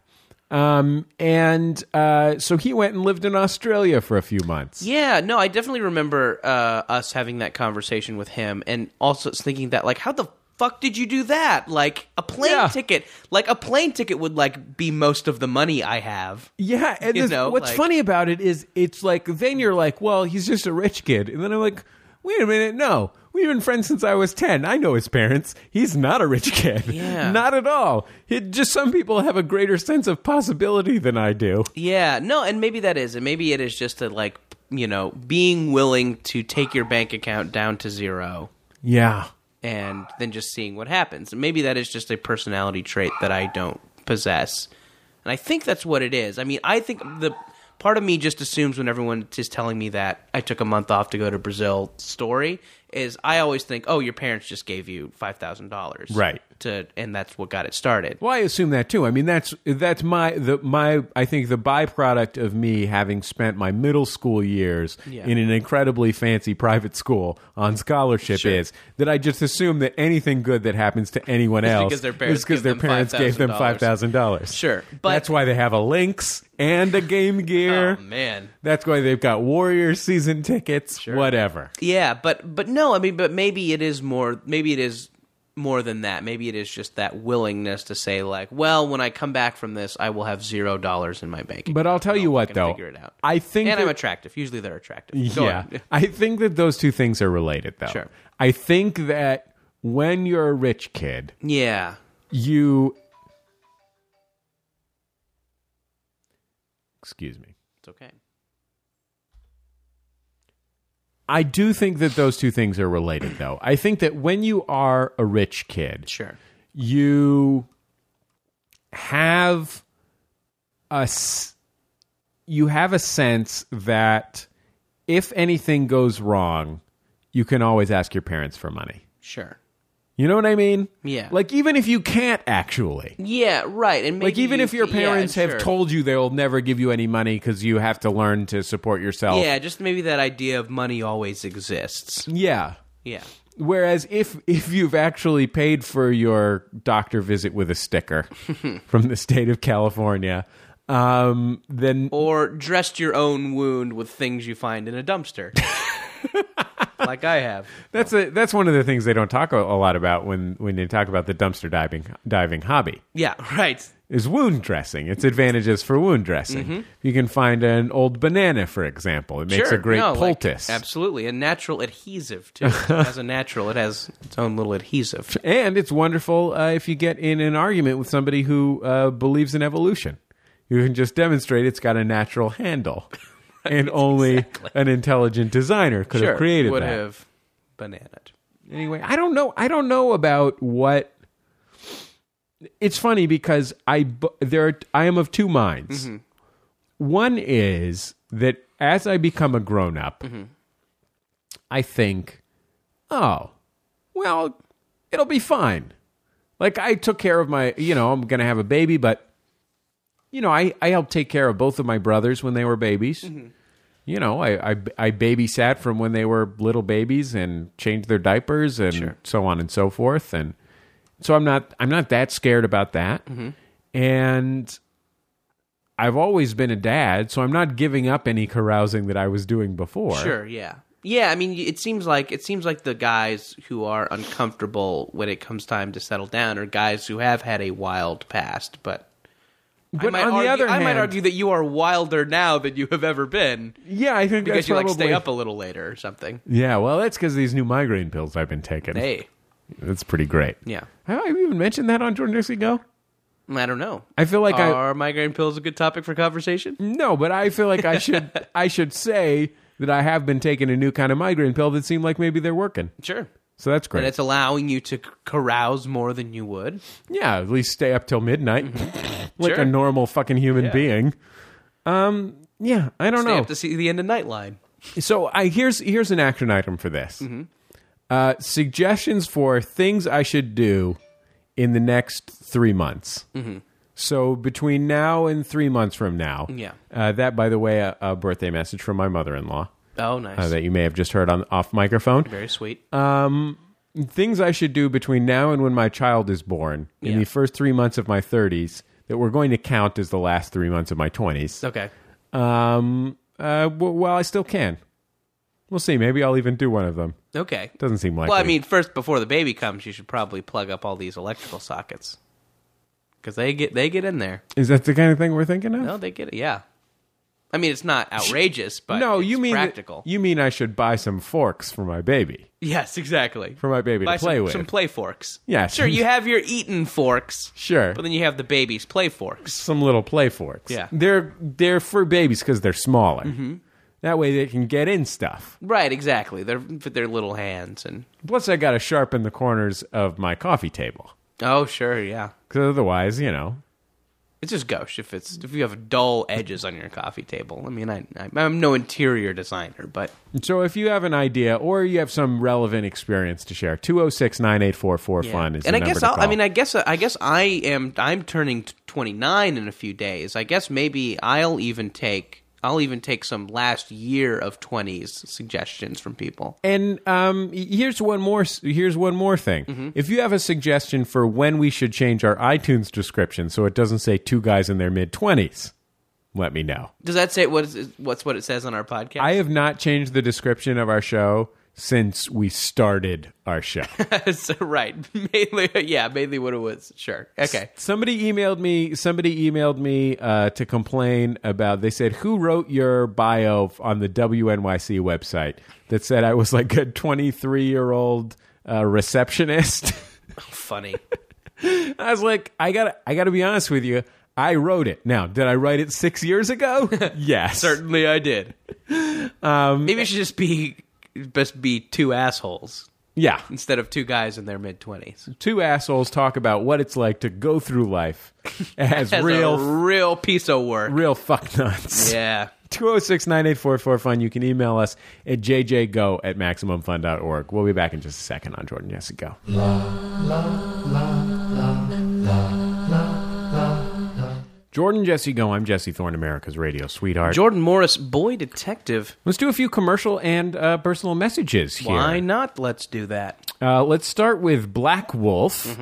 [SPEAKER 2] Um, and uh, so he went and lived in Australia for a few months.
[SPEAKER 3] Yeah, no, I definitely remember uh, us having that conversation with him, and also thinking that like, how the fuck did you do that? Like a plane
[SPEAKER 2] Yeah.
[SPEAKER 3] ticket, like a plane ticket would like be most of the money I have.
[SPEAKER 2] Yeah, and
[SPEAKER 3] You
[SPEAKER 2] this-
[SPEAKER 3] know,
[SPEAKER 2] what's
[SPEAKER 3] like-
[SPEAKER 2] funny about it is it's like then you're like, well, he's just a rich kid, and then I'm like, wait a minute, no, we've been friends since I was ten. I know his parents. He's not a rich kid,
[SPEAKER 3] Yeah.
[SPEAKER 2] not at all. It, just some people have a greater sense of possibility than I do.
[SPEAKER 3] Yeah, no, and maybe that is, and maybe it is just a like you know being willing to take your bank account down to zero
[SPEAKER 2] Yeah,
[SPEAKER 3] and then just seeing what happens. And Maybe that is just a personality trait that I don't possess. And I think that's what it is. I mean, I think the part of me just assumes when everyone is telling me that I took a month off to go to Brazil story is I always think, "Oh, your parents just gave you $5,000."
[SPEAKER 2] Right.
[SPEAKER 3] To and that's what got it started.
[SPEAKER 2] Well, I assume that too. I mean, that's that's my the my I think the byproduct of me having spent my middle school years
[SPEAKER 3] Yeah.
[SPEAKER 2] in an incredibly fancy private school on scholarship is that I just assume that anything good that happens to anyone else
[SPEAKER 3] because their parents
[SPEAKER 2] is because
[SPEAKER 3] give
[SPEAKER 2] their
[SPEAKER 3] them
[SPEAKER 2] parents gave them
[SPEAKER 3] $5,000.
[SPEAKER 2] five thousand dollars.
[SPEAKER 3] Sure, but-
[SPEAKER 2] that's why they have a Lynx and a Game Gear.
[SPEAKER 3] Oh man.
[SPEAKER 2] That's why they've got Warrior season tickets. Whatever.
[SPEAKER 3] Yeah, but but no, I mean, but maybe it is more. Maybe it is more than that. Maybe it is just that willingness to say, like, well, when I come back from this, I will have zero dollars in my bank. account.
[SPEAKER 2] But I'll tell you what,
[SPEAKER 3] can
[SPEAKER 2] though,
[SPEAKER 3] figure it out.
[SPEAKER 2] I think
[SPEAKER 3] and I'm
[SPEAKER 2] that-
[SPEAKER 3] attractive. Usually, they're attractive. Go
[SPEAKER 2] Yeah.
[SPEAKER 3] on.
[SPEAKER 2] I think that those two things are related, though.
[SPEAKER 3] Sure.
[SPEAKER 2] I think that when you're a rich kid,
[SPEAKER 3] yeah,
[SPEAKER 2] you. Excuse me.
[SPEAKER 3] it's okay.
[SPEAKER 2] I do think that those two things are related, though. I think that when you are a rich kid,
[SPEAKER 3] Sure.
[SPEAKER 2] you have a s- you have a sense that if anything goes wrong, you can always ask your parents for money.
[SPEAKER 3] Sure.
[SPEAKER 2] You know what I mean?
[SPEAKER 3] Yeah.
[SPEAKER 2] Like even if you can't actually.
[SPEAKER 3] Yeah, right. And maybe
[SPEAKER 2] Like even
[SPEAKER 3] you-
[SPEAKER 2] if your
[SPEAKER 3] yeah,
[SPEAKER 2] parents have
[SPEAKER 3] sure.
[SPEAKER 2] told you they'll never give you any money cuz you have to learn to support yourself.
[SPEAKER 3] Yeah, just maybe that idea of money always exists.
[SPEAKER 2] Yeah.
[SPEAKER 3] Yeah.
[SPEAKER 2] Whereas if if you've actually paid for your doctor visit with a sticker from the state of California, um, then
[SPEAKER 3] Or dressed your own wound with things you find in a dumpster. like I have.
[SPEAKER 2] That's a that's one of the things they don't talk a, a lot about when when they talk about the dumpster diving diving hobby
[SPEAKER 3] Yeah, right.
[SPEAKER 2] is wound dressing. Its advantages for wound dressing. You can find an old banana, for example. It makes
[SPEAKER 3] Mm-hmm. sure.
[SPEAKER 2] a great
[SPEAKER 3] no, like,
[SPEAKER 2] poultice.
[SPEAKER 3] absolutely. A natural adhesive, too. As a natural, it has its own little adhesive.
[SPEAKER 2] and it's wonderful uh, if you get in an argument with somebody who uh, believes in evolution. You can just demonstrate it's got a natural handle, and only an intelligent designer could
[SPEAKER 3] sure.
[SPEAKER 2] have created
[SPEAKER 3] would
[SPEAKER 2] that.
[SPEAKER 3] have bananaed.
[SPEAKER 2] anyway i don't know i don't know about what it's funny because i bu- there are, i am of two minds one is that as i become a grown-up i think oh well it'll be fine like i took care of my you know i'm gonna have a baby but you know i, I helped take care of both of my brothers when they were babies you know, I, I I babysat from when they were little babies and changed their diapers and so on and so forth, and so I'm not I'm not that scared about that, and I've always been a dad, so I'm not giving up any carousing that I was doing before.
[SPEAKER 3] Sure, yeah. Yeah, I mean, y- it seems like it seems like the guys who are uncomfortable when it comes time to settle down are guys who have had a wild past. But, I
[SPEAKER 2] But
[SPEAKER 3] might
[SPEAKER 2] on
[SPEAKER 3] argue-
[SPEAKER 2] the other hand,
[SPEAKER 3] I might argue that you are wilder now than you have ever been
[SPEAKER 2] yeah, I think
[SPEAKER 3] because
[SPEAKER 2] that's
[SPEAKER 3] you like
[SPEAKER 2] probably
[SPEAKER 3] stay up a little later or something.
[SPEAKER 2] yeah, well, that's because these new migraine pills I've been taking.
[SPEAKER 3] Hey,
[SPEAKER 2] That's pretty great.
[SPEAKER 3] yeah,
[SPEAKER 2] Have I even mentioned that on Jordan Nixie Go?
[SPEAKER 3] I don't know.
[SPEAKER 2] I feel like I
[SPEAKER 3] are migraine pills a good topic for conversation?
[SPEAKER 2] No, but I feel like I should I should say that I have been taking a new kind of migraine pill that seemed like maybe they're working.
[SPEAKER 3] Sure.
[SPEAKER 2] So that's
[SPEAKER 3] And
[SPEAKER 2] great.
[SPEAKER 3] it's allowing you to c- carouse more than you would.
[SPEAKER 2] yeah, at least stay up till midnight like
[SPEAKER 3] Mm-hmm. Sure.
[SPEAKER 2] a normal fucking human being. Um yeah, I don't
[SPEAKER 3] Stay
[SPEAKER 2] know.
[SPEAKER 3] up to see the end of Nightline.
[SPEAKER 2] so I here's here's an action item for this.
[SPEAKER 3] Mm-hmm.
[SPEAKER 2] Uh, suggestions for things I should do in the next three months.
[SPEAKER 3] Mm-hmm.
[SPEAKER 2] So between now and three months from now.
[SPEAKER 3] Yeah.
[SPEAKER 2] Uh, that, by the way, a, a birthday message from my mother-in-law.
[SPEAKER 3] Oh,
[SPEAKER 2] uh,
[SPEAKER 3] nice. Uh,
[SPEAKER 2] that you may have just heard on off microphone.
[SPEAKER 3] Very sweet.
[SPEAKER 2] Things I should do between now and when my child is born in
[SPEAKER 3] Yeah.
[SPEAKER 2] the first three months of my 30s that we're going to count as the last three months of my 20s.
[SPEAKER 3] okay.
[SPEAKER 2] Um, uh, w- well, I still can. We'll see. Maybe I'll even do one of them.
[SPEAKER 3] Okay.
[SPEAKER 2] Doesn't seem likely.
[SPEAKER 3] Well, I mean, first before the baby comes, you should probably plug up all these electrical sockets because they get they get in there.
[SPEAKER 2] is that the kind of thing we're thinking of?
[SPEAKER 3] No, they get it. Yeah, I mean, it's not outrageous, but
[SPEAKER 2] no,
[SPEAKER 3] it's
[SPEAKER 2] you mean that-
[SPEAKER 3] practical.
[SPEAKER 2] you mean I should buy some forks for my baby.
[SPEAKER 3] yes, exactly.
[SPEAKER 2] For my baby to
[SPEAKER 3] Buy
[SPEAKER 2] play
[SPEAKER 3] some,
[SPEAKER 2] with.
[SPEAKER 3] some play forks.
[SPEAKER 2] Yeah,
[SPEAKER 3] sure.
[SPEAKER 2] some-
[SPEAKER 3] You have your eaten forks,
[SPEAKER 2] Sure.
[SPEAKER 3] but then you have the baby's play forks.
[SPEAKER 2] some little play forks.
[SPEAKER 3] Yeah. Mm-hmm.
[SPEAKER 2] They're they're for babies cuz they're smaller. That way they can get in stuff.
[SPEAKER 3] Right, exactly. They're with their little hands and
[SPEAKER 2] Plus, I got to sharpen the corners of my coffee table
[SPEAKER 3] oh, sure, yeah.
[SPEAKER 2] because otherwise, you know,
[SPEAKER 3] It's just gauche if it's if you have dull edges on your coffee table. I mean, I, I I'm no interior designer, but
[SPEAKER 2] So if you have an idea or you have some relevant experience to share, 206-9844
[SPEAKER 3] Yeah.
[SPEAKER 2] fun is
[SPEAKER 3] and
[SPEAKER 2] the
[SPEAKER 3] I
[SPEAKER 2] number
[SPEAKER 3] guess
[SPEAKER 2] to
[SPEAKER 3] I'll, I
[SPEAKER 2] call.
[SPEAKER 3] mean I guess I guess I am I'm turning 29 in a few days. I guess maybe I'll even take I'll even take some last year of 20s suggestions from people.
[SPEAKER 2] and um, y- here's one more s- here's one more thing. If you have a suggestion for when we should change our iTunes description so it doesn't say two guys in their mid 20s, let me know.
[SPEAKER 3] Does that say what is what's what it says on our podcast?
[SPEAKER 2] I have not changed the description of our show since we started our show.
[SPEAKER 3] So, right. mainly yeah, mainly what it was. Sure. Okay.
[SPEAKER 2] Somebody emailed me. Somebody emailed me uh, to complain about. They said, "Who wrote your bio f- on the WNYC website that said I was like a 23 year old uh, receptionist?"
[SPEAKER 3] Funny.
[SPEAKER 2] I was like, "I got. I got to be honest with you. I wrote it. Now, did I write it six years ago? yes.
[SPEAKER 3] Certainly I did. Um maybe it should just be just be two assholes.
[SPEAKER 2] Yeah.
[SPEAKER 3] instead of two guys in their mid twenties.
[SPEAKER 2] Two assholes talk about what it's like to go through life as,
[SPEAKER 3] That's
[SPEAKER 2] real,
[SPEAKER 3] a real piece of work.
[SPEAKER 2] real fuck nuts.
[SPEAKER 3] yeah.
[SPEAKER 2] 206 9844 FUN. You can email us at jjgo at MaximumFun.org. We'll be back in just a second on Jordan Yes Go. Jordan Jesse Go. I'm Jesse Thorne, America's radio sweetheart.
[SPEAKER 3] Jordan Morris, boy detective.
[SPEAKER 2] Let's do a few commercial and uh, personal messages here.
[SPEAKER 3] Why not? Let's do that.
[SPEAKER 2] Uh, let's start with Black Wolf.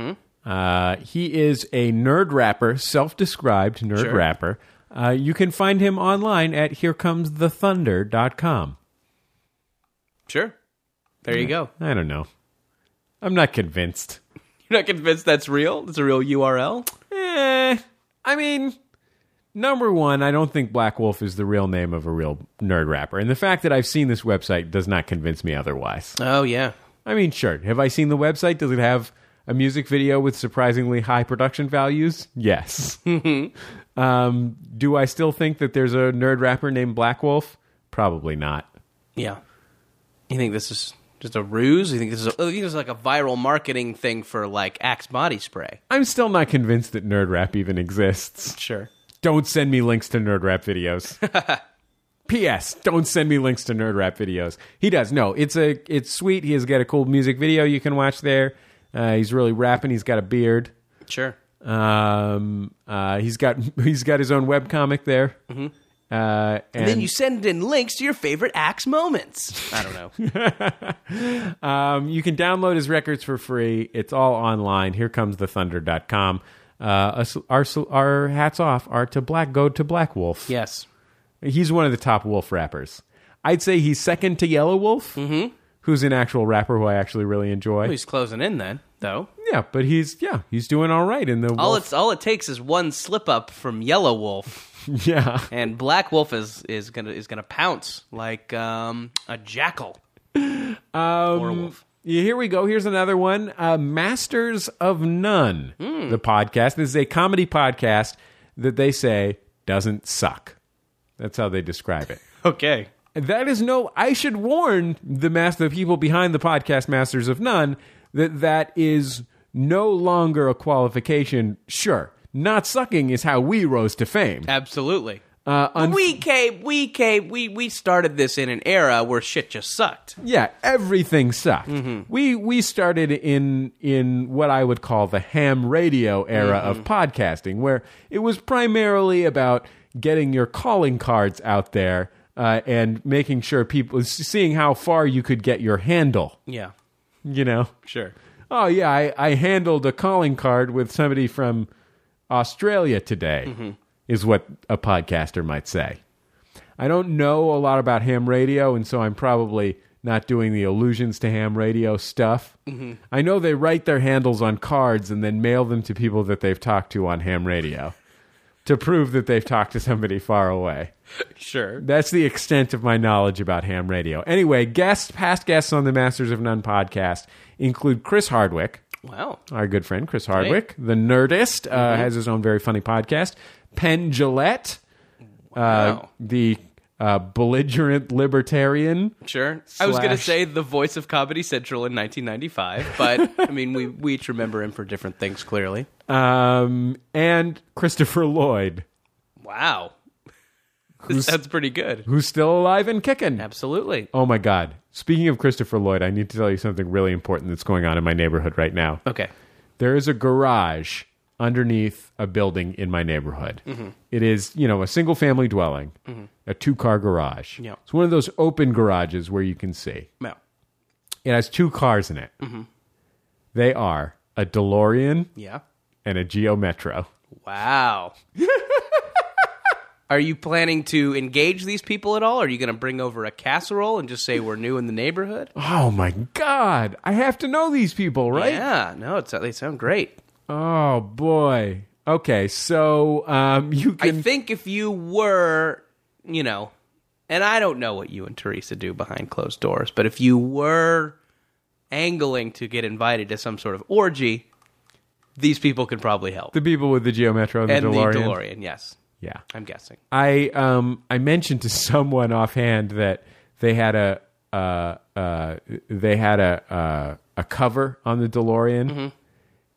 [SPEAKER 2] Uh, he is a nerd rapper, self-described nerd
[SPEAKER 3] Sure.
[SPEAKER 2] rapper. Uh, you can find him online at herecomesthethunder.com.
[SPEAKER 3] Sure. There you go.
[SPEAKER 2] I don't know. I'm not convinced.
[SPEAKER 3] You're not convinced that's real? It's a real URL?
[SPEAKER 2] Eh, I mean, number one, I don't think Black Wolf is the real name of a real nerd rapper. And the fact that I've seen this website does not convince me otherwise.
[SPEAKER 3] Oh yeah.
[SPEAKER 2] I mean, sure. Have I seen the website? Does it have a music video with surprisingly high production values? Yes. um, do I still think that there's a nerd rapper named Black Wolf? Probably not.
[SPEAKER 3] Yeah. You think this is just a ruse? You think this is, a, oh, you think this is like a viral marketing thing for like Axe body spray?
[SPEAKER 2] I'm still not convinced that nerd rap even exists.
[SPEAKER 3] Sure.
[SPEAKER 2] Don't send me links to nerd rap videos. P.S. Don't send me links to nerd rap videos. He does. No, it's a it's sweet. He has got a cool music video you can watch there. Uh, he's really rapping. He's got a beard.
[SPEAKER 3] Sure.
[SPEAKER 2] Um, uh, he's got he's got his own webcomic there. Mm-hmm. Uh, and,
[SPEAKER 3] And then you send in links to your favorite Axe moments. I don't know.
[SPEAKER 2] um, you can download his records for free. It's all online. Here comes the thunder.com. Uh, us- our our hats off are to Black Go to Black Wolf.
[SPEAKER 3] yes.
[SPEAKER 2] He's one of the top Wolf rappers. I'd say he's second to Yellow Wolf,
[SPEAKER 3] Mm-hmm.
[SPEAKER 2] who's an actual rapper who I actually really enjoy.
[SPEAKER 3] Who's closing in then, though?
[SPEAKER 2] Yeah, but he's yeah he's doing all right in the
[SPEAKER 3] All
[SPEAKER 2] Wolf.
[SPEAKER 3] it's all it takes is one slip up from Yellow Wolf,
[SPEAKER 2] yeah.
[SPEAKER 3] and Black Wolf is is gonna is gonna pounce like um, a jackal. Um, or a wolf.
[SPEAKER 2] Yeah, here we go. Here's another one uh, Masters of None, the podcast. This is a comedy podcast that they say doesn't suck. That's how they describe it.
[SPEAKER 3] Okay.
[SPEAKER 2] That is no, I should warn the, mas- the people behind the podcast Masters of None that that is no longer a qualification. Sure, not sucking is how we rose to fame.
[SPEAKER 3] Absolutely.
[SPEAKER 2] Uh, un-
[SPEAKER 3] we came, we came, we we started this in an era where shit just sucked.
[SPEAKER 2] Yeah, everything sucked. We we started in in what I would call the ham radio era of podcasting, where it was primarily about getting your calling cards out there uh, and making sure people seeing how far you could get your handle.
[SPEAKER 3] Yeah,
[SPEAKER 2] You know,
[SPEAKER 3] sure.
[SPEAKER 2] oh yeah, I, I handled a calling card with somebody from Australia today, is what a podcaster might say. I don't know a lot about ham radio, and so I'm probably not doing the allusions to ham radio stuff. I know they write their handles on cards and then mail them to people that they've talked to on ham radio to prove that they've talked to somebody far away.
[SPEAKER 3] Sure.
[SPEAKER 2] That's the extent of my knowledge about ham radio. Anyway, guests, past guests on the Masters of None podcast include Chris Hardwick,
[SPEAKER 3] Wow.
[SPEAKER 2] our good friend Chris Hardwick, the Nerdist, uh, has his own very funny podcast. Penn Gillette, uh,
[SPEAKER 3] Wow.
[SPEAKER 2] the uh, belligerent libertarian.
[SPEAKER 3] Sure. I was going to
[SPEAKER 2] Slash-
[SPEAKER 3] say the voice of Comedy Central in 1995, but I mean, we, we each remember him for different things, clearly.
[SPEAKER 2] Um, and Christopher Lloyd,
[SPEAKER 3] Wow.
[SPEAKER 2] Who's-
[SPEAKER 3] This sounds pretty good.
[SPEAKER 2] who's still alive and kicking.
[SPEAKER 3] Absolutely.
[SPEAKER 2] Oh my God. Speaking of Christopher Lloyd, I need to tell you something really important that's going on in my neighborhood right now.
[SPEAKER 3] Okay.
[SPEAKER 2] there is a garage underneath a building in my neighborhood. It is, you know, a single family dwelling, a two car garage.
[SPEAKER 3] Yeah.
[SPEAKER 2] It's one of those open garages where you can see.
[SPEAKER 3] Well,
[SPEAKER 2] It has two cars in it. They are a DeLorean
[SPEAKER 3] yeah.
[SPEAKER 2] and a Geo Metro.
[SPEAKER 3] Wow. Are you planning to engage these people at all? Are you going to bring over a casserole and just say we're new in the neighborhood?
[SPEAKER 2] Oh my God. I have to know these people, right?
[SPEAKER 3] Yeah. No, it's, they sound great.
[SPEAKER 2] Oh boy. Okay, so um, you
[SPEAKER 3] I
[SPEAKER 2] can.
[SPEAKER 3] think if you were, you know, and I don't know what you and Teresa do behind closed doors, but if you were angling to get invited to some sort of orgy, these people could probably help.
[SPEAKER 2] the people with the Geo Metro and,
[SPEAKER 3] and
[SPEAKER 2] the DeLorean.
[SPEAKER 3] the DeLorean, yes.
[SPEAKER 2] Yeah.
[SPEAKER 3] I'm guessing.
[SPEAKER 2] I um I mentioned to someone offhand that they had a uh uh they had a a cover on the DeLorean.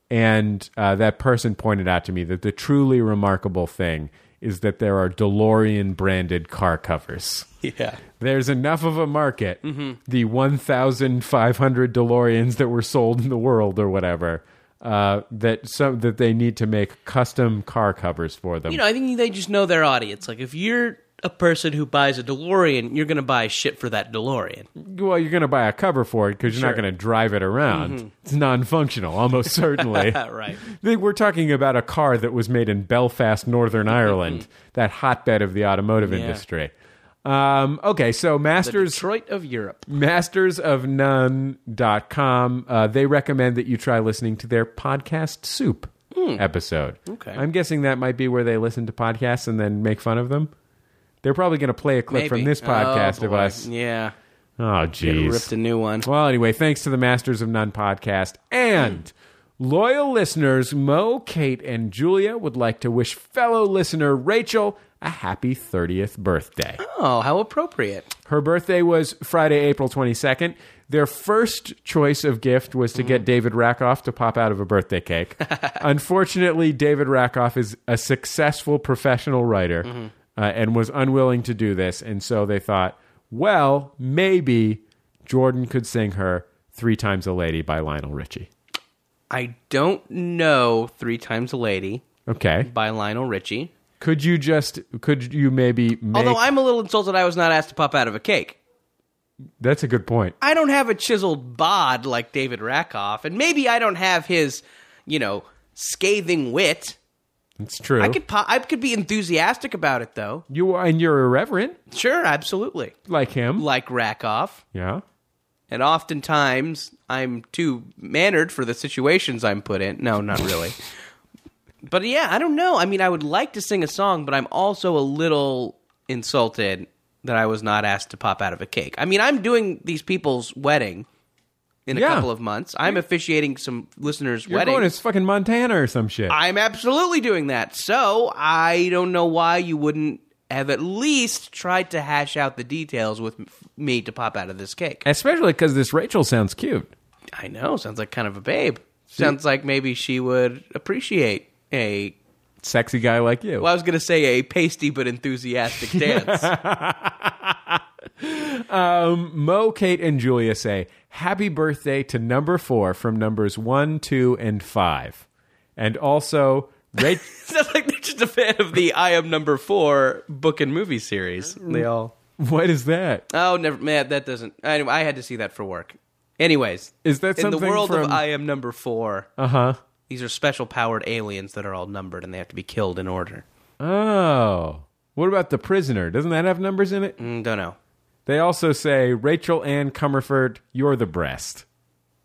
[SPEAKER 2] And uh, that person pointed out to me that the truly remarkable thing is that there are DeLorean branded car covers.
[SPEAKER 3] Yeah.
[SPEAKER 2] There's enough of a market, the 1,500 DeLoreans that were sold in the world or whatever, uh, that some that they need to make custom car covers for them.
[SPEAKER 3] You know, I think they just know their audience. Like, if you're a person who buys a DeLorean, you're going to buy shit for that DeLorean.
[SPEAKER 2] well, you're going to buy a cover for it because you're not
[SPEAKER 3] Sure.
[SPEAKER 2] going to drive it around. It's non-functional, almost certainly.
[SPEAKER 3] Ah, right.
[SPEAKER 2] They- We're talking about a car that was made in Belfast, Northern
[SPEAKER 3] Mm-hmm.
[SPEAKER 2] Ireland, that hotbed of the automotive industry. Um, okay, so Masters
[SPEAKER 3] Detroit of Europe.
[SPEAKER 2] mastersofnone.com. Uh, they recommend that you try listening to their podcast soup episode.
[SPEAKER 3] Hmm. Okay.
[SPEAKER 2] I'm guessing that might be where they listen to podcasts and then make fun of them. They're probably going to play a clip
[SPEAKER 3] Maybe.
[SPEAKER 2] from this podcast
[SPEAKER 3] Oh,
[SPEAKER 2] of
[SPEAKER 3] boy.
[SPEAKER 2] us.
[SPEAKER 3] Yeah.
[SPEAKER 2] Oh,
[SPEAKER 3] They
[SPEAKER 2] jeez.
[SPEAKER 3] ripped a new one.
[SPEAKER 2] Well, anyway, thanks to the Masters of None podcast and loyal listeners Mo, Kate, and Julia would like to wish fellow listener Rachel a happy 30th birthday.
[SPEAKER 3] Oh, how appropriate.
[SPEAKER 2] Her birthday was Friday, April 22nd. Their first choice of gift was to
[SPEAKER 3] Mm.
[SPEAKER 2] get David Rakoff to pop out of a birthday cake. Unfortunately, David Rakoff is a successful professional writer
[SPEAKER 3] Mm-hmm.
[SPEAKER 2] uh, and was unwilling to do this. And so they thought, well, maybe Jordan could sing her Three Times a Lady by Lionel Richie.
[SPEAKER 3] I don't know Three Times a Lady
[SPEAKER 2] Okay.
[SPEAKER 3] by Lionel Richie.
[SPEAKER 2] Could you just, could you maybe make.
[SPEAKER 3] Although I'm a little insulted I was not asked to pop out of a cake.
[SPEAKER 2] that's a good point.
[SPEAKER 3] I don't have a chiseled bod like David Rakoff, and maybe I don't have his, you know, scathing wit.
[SPEAKER 2] It's true.
[SPEAKER 3] I could po- I could be enthusiastic about it though.
[SPEAKER 2] you are, and you're irreverent
[SPEAKER 3] Sure, absolutely.
[SPEAKER 2] like him.
[SPEAKER 3] Like Rakoff,
[SPEAKER 2] yeah.
[SPEAKER 3] and oftentimes I'm too mannered for the situations I'm put in. No, not really. but yeah, I don't know. I mean, I would like to sing a song, but I'm also a little insulted that I was not asked to pop out of a cake. I mean, I'm doing these people's wedding in a
[SPEAKER 2] Yeah.
[SPEAKER 3] couple of months. I'm officiating some listeners'
[SPEAKER 2] You're
[SPEAKER 3] wedding.
[SPEAKER 2] going to fucking Montana or some shit.
[SPEAKER 3] I'm absolutely doing that. So I don't know why you wouldn't have at least tried to hash out the details with m- me to pop out of this cake.
[SPEAKER 2] Especially because this Rachel sounds cute.
[SPEAKER 3] I know. Sounds like kind of a babe. Sounds like maybe she would appreciate a.
[SPEAKER 2] Sexy guy like you.
[SPEAKER 3] Well, I was going to say a pasty but enthusiastic dance.
[SPEAKER 2] Mo, Kate, and Julia say, Happy birthday to number four from numbers one, two, and five. And also, Rachel.
[SPEAKER 3] Sounds like they're just a fan of the I Am Number Four book and movie series. They all.
[SPEAKER 2] what is that?
[SPEAKER 3] Mm-hmm. Oh, never. Man, that doesn't. Anyway, I had to see that for work. Anyways,
[SPEAKER 2] Is that
[SPEAKER 3] in the
[SPEAKER 2] something
[SPEAKER 3] world
[SPEAKER 2] from- Uh-huh.
[SPEAKER 3] of I Am Number Four? Uh huh. These are special powered aliens that are all numbered and they have to be killed in order.
[SPEAKER 2] Oh. What about The Prisoner? Doesn't that have numbers in it?
[SPEAKER 3] Mm, don't know.
[SPEAKER 2] They also say, Rachel Ann Comerford, you're the breast.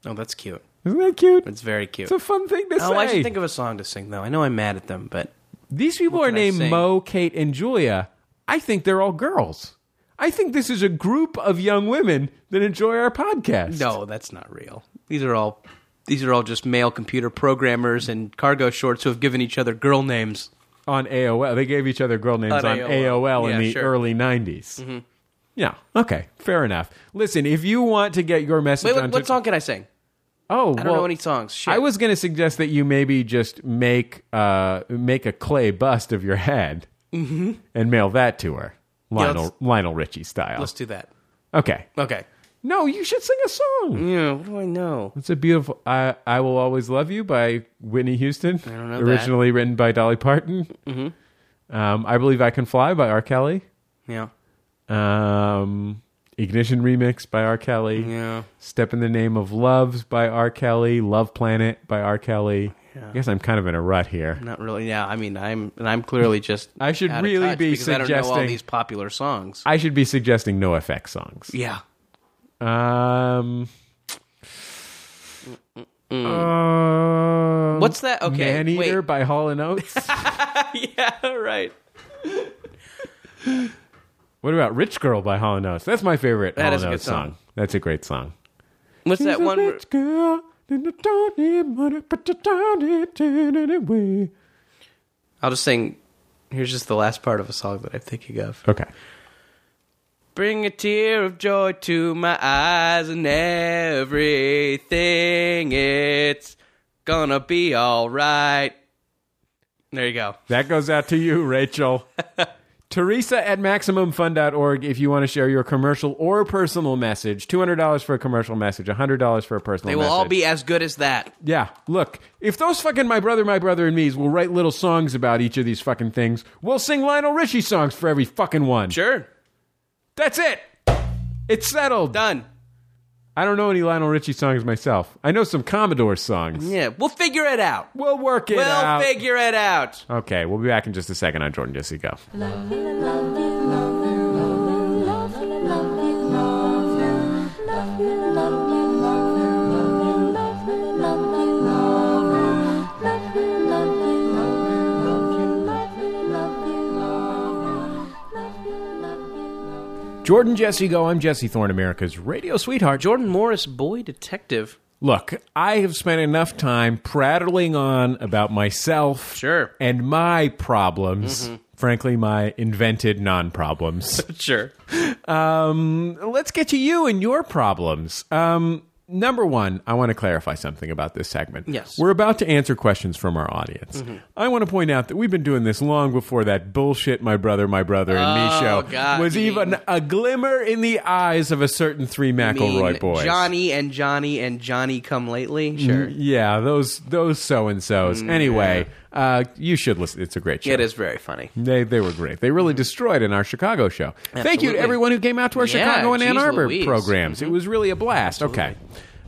[SPEAKER 3] Oh, that's cute.
[SPEAKER 2] Isn't that cute?
[SPEAKER 3] It's very cute.
[SPEAKER 2] It's a fun thing to
[SPEAKER 3] oh,
[SPEAKER 2] say.
[SPEAKER 3] I should think of a song to sing though. I know I'm mad at them, but
[SPEAKER 2] These people are
[SPEAKER 3] can I
[SPEAKER 2] named
[SPEAKER 3] sing?
[SPEAKER 2] Mo, Kate, and Julia. I think they're all girls. I think this is a group of young women that enjoy our podcast.
[SPEAKER 3] No, that's not real. These are all these are all just male computer programmers and cargo shorts who have given each other girl names.
[SPEAKER 2] On AOL. They gave each other girl names on,
[SPEAKER 3] On
[SPEAKER 2] AOL,
[SPEAKER 3] AOL.
[SPEAKER 2] in
[SPEAKER 3] Yeah,
[SPEAKER 2] the
[SPEAKER 3] sure. Mm-hmm.
[SPEAKER 2] early 90s. Yeah. Okay. Fair enough. Listen, if you want to get your message
[SPEAKER 3] Wait, what,
[SPEAKER 2] onto-
[SPEAKER 3] what song can I sing?
[SPEAKER 2] Oh,
[SPEAKER 3] I don't know any songs. Shit.
[SPEAKER 2] I was going to suggest that you maybe just make uh, make a clay bust of your head and mail that to her, Lionel
[SPEAKER 3] Mm-hmm. let's-
[SPEAKER 2] Lionel Richie style.
[SPEAKER 3] Let's do that.
[SPEAKER 2] okay.
[SPEAKER 3] Okay.
[SPEAKER 2] No, you should sing a song.
[SPEAKER 3] Yeah. What do I know?
[SPEAKER 2] It's a beautiful I I Will Always Love You by Whitney Houston. I
[SPEAKER 3] don't know that. Mm-hmm.
[SPEAKER 2] Originally written by Dolly Parton. Um, I Believe I Can Fly by R. Kelly.
[SPEAKER 3] Yeah.
[SPEAKER 2] Um, Ignition Remix by R. Kelly.
[SPEAKER 3] Yeah.
[SPEAKER 2] Step in the Name of Loves by R. Kelly. Love Planet by R. Kelly. I guess I'm kind of in a rut here.
[SPEAKER 3] Not really. Yeah. I mean, I'm and I'm clearly just.
[SPEAKER 2] I should
[SPEAKER 3] out of
[SPEAKER 2] really
[SPEAKER 3] touch
[SPEAKER 2] be
[SPEAKER 3] because I don't know all
[SPEAKER 2] suggesting-
[SPEAKER 3] these popular songs.
[SPEAKER 2] I should be suggesting no effect songs.
[SPEAKER 3] yeah.
[SPEAKER 2] Um, um,
[SPEAKER 3] What's that? Okay.
[SPEAKER 2] Man Eater
[SPEAKER 3] wait.
[SPEAKER 2] by Hall and Oates.
[SPEAKER 3] yeah. Right.
[SPEAKER 2] What about Rich Girl by Hall & Oates? That's my favorite
[SPEAKER 3] That
[SPEAKER 2] Hall
[SPEAKER 3] is a
[SPEAKER 2] &
[SPEAKER 3] good
[SPEAKER 2] Oates song.
[SPEAKER 3] song.
[SPEAKER 2] That's a great song.
[SPEAKER 3] What's that
[SPEAKER 2] She's a
[SPEAKER 3] one? where-
[SPEAKER 2] rich girl, and I don't need money, but I don't need it anyway.
[SPEAKER 3] I'll just sing. Here's just the last part of a song that I'm thinking of.
[SPEAKER 2] Okay.
[SPEAKER 3] Bring a tear of joy to my eyes and everything. It's gonna be all right. There you go.
[SPEAKER 2] That goes out to you, Rachel. Teresa at MaximumFun.org if you want to share your commercial or personal message. $200 for a commercial message, $100 for a personal
[SPEAKER 3] They will
[SPEAKER 2] message.
[SPEAKER 3] all be as good as that.
[SPEAKER 2] Yeah, look, if those fucking My Brother, My Brother and Me's will write little songs about each of these fucking things, we'll sing Lionel Richie songs for every fucking one.
[SPEAKER 3] Sure.
[SPEAKER 2] That's it. It's settled.
[SPEAKER 3] Done.
[SPEAKER 2] I don't know any Lionel Richie songs myself. I know some Commodore songs.
[SPEAKER 3] Yeah, we'll figure it out.
[SPEAKER 2] We'll work it
[SPEAKER 3] we'll
[SPEAKER 2] out.
[SPEAKER 3] figure it out.
[SPEAKER 2] okay, we'll be back in just a second on Jordan Jesse Go. Jordan Jesse Go. I'm Jesse Thorne, America's radio sweetheart.
[SPEAKER 3] Jordan Morris, boy detective.
[SPEAKER 2] Look, I have spent enough time prattling on about myself
[SPEAKER 3] Sure. Mm-hmm.
[SPEAKER 2] and my problems. Frankly, my invented non problems.
[SPEAKER 3] Sure.
[SPEAKER 2] um, let's get to you and your problems. Um, number one, I want to clarify something about this segment.
[SPEAKER 3] Yes. Mm-hmm.
[SPEAKER 2] We're about to answer questions from our audience. I want to point out that we've been doing this long before that bullshit, my brother, my brother, and me
[SPEAKER 3] Oh,
[SPEAKER 2] show
[SPEAKER 3] God,
[SPEAKER 2] was
[SPEAKER 3] you
[SPEAKER 2] even
[SPEAKER 3] mean-
[SPEAKER 2] a glimmer in the eyes of a certain three McElroy
[SPEAKER 3] Mean
[SPEAKER 2] boys. Mm-hmm.
[SPEAKER 3] Johnny and Johnny and Johnny come lately. Sure.
[SPEAKER 2] Yeah, those those so and so's. Anyway, uh, you should listen. It's a great show.
[SPEAKER 3] It is very funny.
[SPEAKER 2] They they were great. They really destroyed in our Chicago show. Thank you to
[SPEAKER 3] Absolutely.
[SPEAKER 2] everyone who came out to our
[SPEAKER 3] Yeah,
[SPEAKER 2] Chicago and Ann
[SPEAKER 3] geez
[SPEAKER 2] Arbor
[SPEAKER 3] Louise.
[SPEAKER 2] programs. It was really a blast. Okay.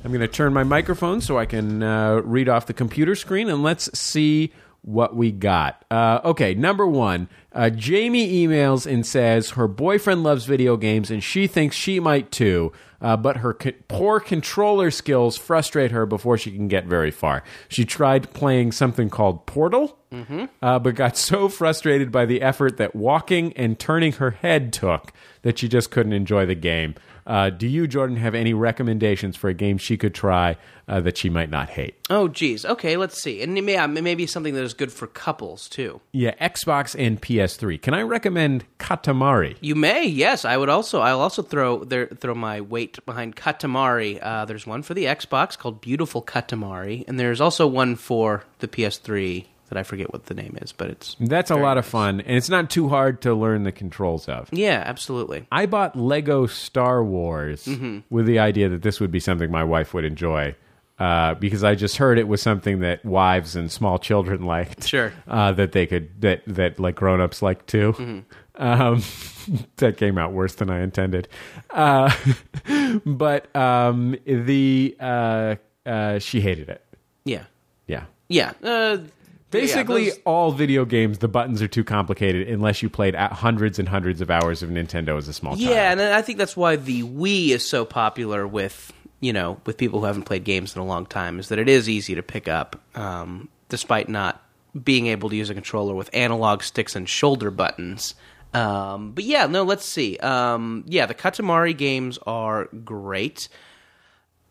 [SPEAKER 2] I'm going to turn my microphone so I can uh, read off the computer screen and let's see what we got. Uh, okay, number one, uh, Jamie emails and says her boyfriend loves video games and she thinks she might too, uh, but her co- poor controller skills frustrate her before she can get very far. She tried playing something called Portal, uh, but got so frustrated by the effort that walking and turning her head took that she just couldn't enjoy the game. Uh, do you, Jordan, have any recommendations for a game she could try uh, that she might not hate?
[SPEAKER 3] Oh, geez. Okay, let's see. And it may, uh, maybe something that is good for couples, too.
[SPEAKER 2] Yeah, Xbox and PS3. Can I recommend Katamari?
[SPEAKER 3] You may, yes. I would also. I'll also throw there, throw my weight behind Katamari. Uh, there's one for the Xbox called Beautiful Katamari, and there's also one for the PS3 that I forget what the name is, but it's
[SPEAKER 2] That's a lot of fun, and it's not too hard to learn the controls of.
[SPEAKER 3] yeah, absolutely.
[SPEAKER 2] I bought Lego Star Wars
[SPEAKER 3] Mm-hmm.
[SPEAKER 2] with the idea that this would be something my wife would enjoy uh, because I just heard it was something that wives and small children liked.
[SPEAKER 3] Sure.
[SPEAKER 2] uh, that they could that that like grown ups like too.
[SPEAKER 3] Mm-hmm.
[SPEAKER 2] Um, that came out worse than I intended. Uh, but um, the uh, uh, she hated it.
[SPEAKER 3] Yeah,
[SPEAKER 2] Yeah.
[SPEAKER 3] yeah. Uh,
[SPEAKER 2] Basically,
[SPEAKER 3] yeah, those-
[SPEAKER 2] all video games, the buttons are too complicated unless you played at hundreds and hundreds of hours of Nintendo as a small child.
[SPEAKER 3] Yeah, and I think that's why the Wii is so popular with you know with people who haven't played games in a long time is that it is easy to pick up, um, despite not being able to use a controller with analog sticks and shoulder buttons. Um, but yeah, no, let's see. Um, yeah, the Katamari games are great.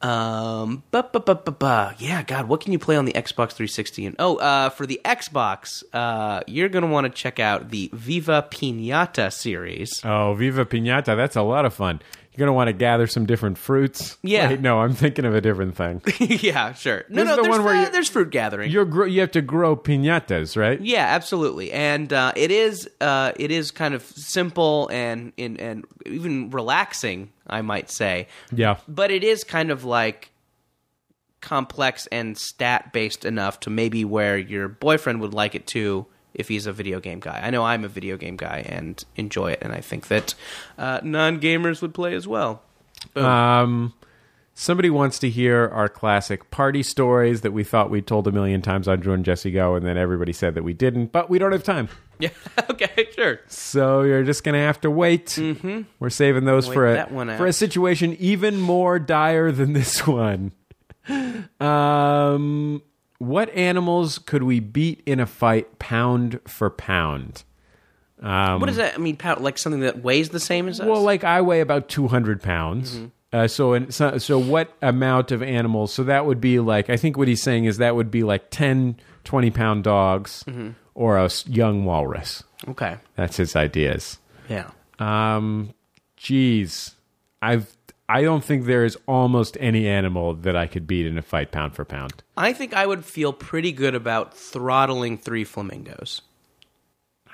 [SPEAKER 3] Um, ba ba ba ba ba. Yeah, God, what can you play on the Xbox 360? And oh, uh, for the Xbox, uh, you're gonna want to check out the Viva Pinata series.
[SPEAKER 2] Oh, Viva Pinata. That's a lot of fun. You're going to want to gather some different fruits.
[SPEAKER 3] Yeah.
[SPEAKER 2] Wait, no, I'm thinking of a different thing.
[SPEAKER 3] yeah, sure. No,
[SPEAKER 2] This
[SPEAKER 3] no,
[SPEAKER 2] is the
[SPEAKER 3] there's,
[SPEAKER 2] one where
[SPEAKER 3] uh,
[SPEAKER 2] you-
[SPEAKER 3] there's fruit gathering.
[SPEAKER 2] You're gro- you have to grow piñatas, right?
[SPEAKER 3] yeah, absolutely, and uh, it is uh, it is kind of simple and and, and even relaxing, I might say.
[SPEAKER 2] Yeah.
[SPEAKER 3] But it is kind of like complex and stat based enough to maybe where your boyfriend would like it too if he's a video game guy. I know I'm a video game guy and enjoy it, and I think that uh, non gamers would play as well.
[SPEAKER 2] Um, somebody wants to hear our classic party stories that we thought we told a million times on Drew and Jesse Go, and then everybody said that we didn't, but we don't have time.
[SPEAKER 3] Yeah. okay. Sure.
[SPEAKER 2] So you're just going to have to wait. Mm-hmm. We're saving those for a,
[SPEAKER 3] that one out.
[SPEAKER 2] for a situation even more dire than this one. Um, what animals could we beat in a fight pound for pound?
[SPEAKER 3] What does that? I mean, pow- like something that weighs the same as us.
[SPEAKER 2] Um, Well, like I weigh about 200 pounds.
[SPEAKER 3] Mm-hmm.
[SPEAKER 2] Uh, so, in, so, so what amount of animals? So that would be like, I think what he's saying is that would be like 10, 20 pound dogs
[SPEAKER 3] Mm-hmm.
[SPEAKER 2] or a s- young walrus.
[SPEAKER 3] okay.
[SPEAKER 2] That's his ideas.
[SPEAKER 3] Yeah.
[SPEAKER 2] Um, Jeez, I've I don't think there is almost any animal that I could beat in a fight pound for pound.
[SPEAKER 3] I think I would feel pretty good about throttling three flamingos.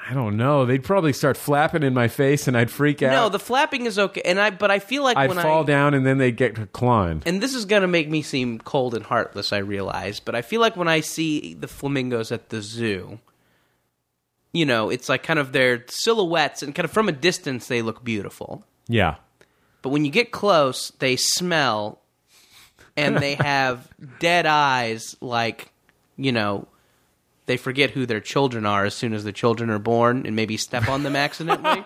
[SPEAKER 2] I don't know. They'd probably start flapping in my face, and I'd freak out.
[SPEAKER 3] No, the flapping is okay, and I but I feel like
[SPEAKER 2] I'd
[SPEAKER 3] when
[SPEAKER 2] fall
[SPEAKER 3] I
[SPEAKER 2] down, and then they'd get clawing.
[SPEAKER 3] and this is going to make me seem cold and heartless, I realize, but I feel like when I see the flamingos at the zoo, you know, it's like kind of their silhouettes and kind of from a distance they look beautiful.
[SPEAKER 2] Yeah,
[SPEAKER 3] But when you get close, they smell and they have dead eyes like, you know, they forget who their children are as soon as the children are born and maybe step on them accidentally.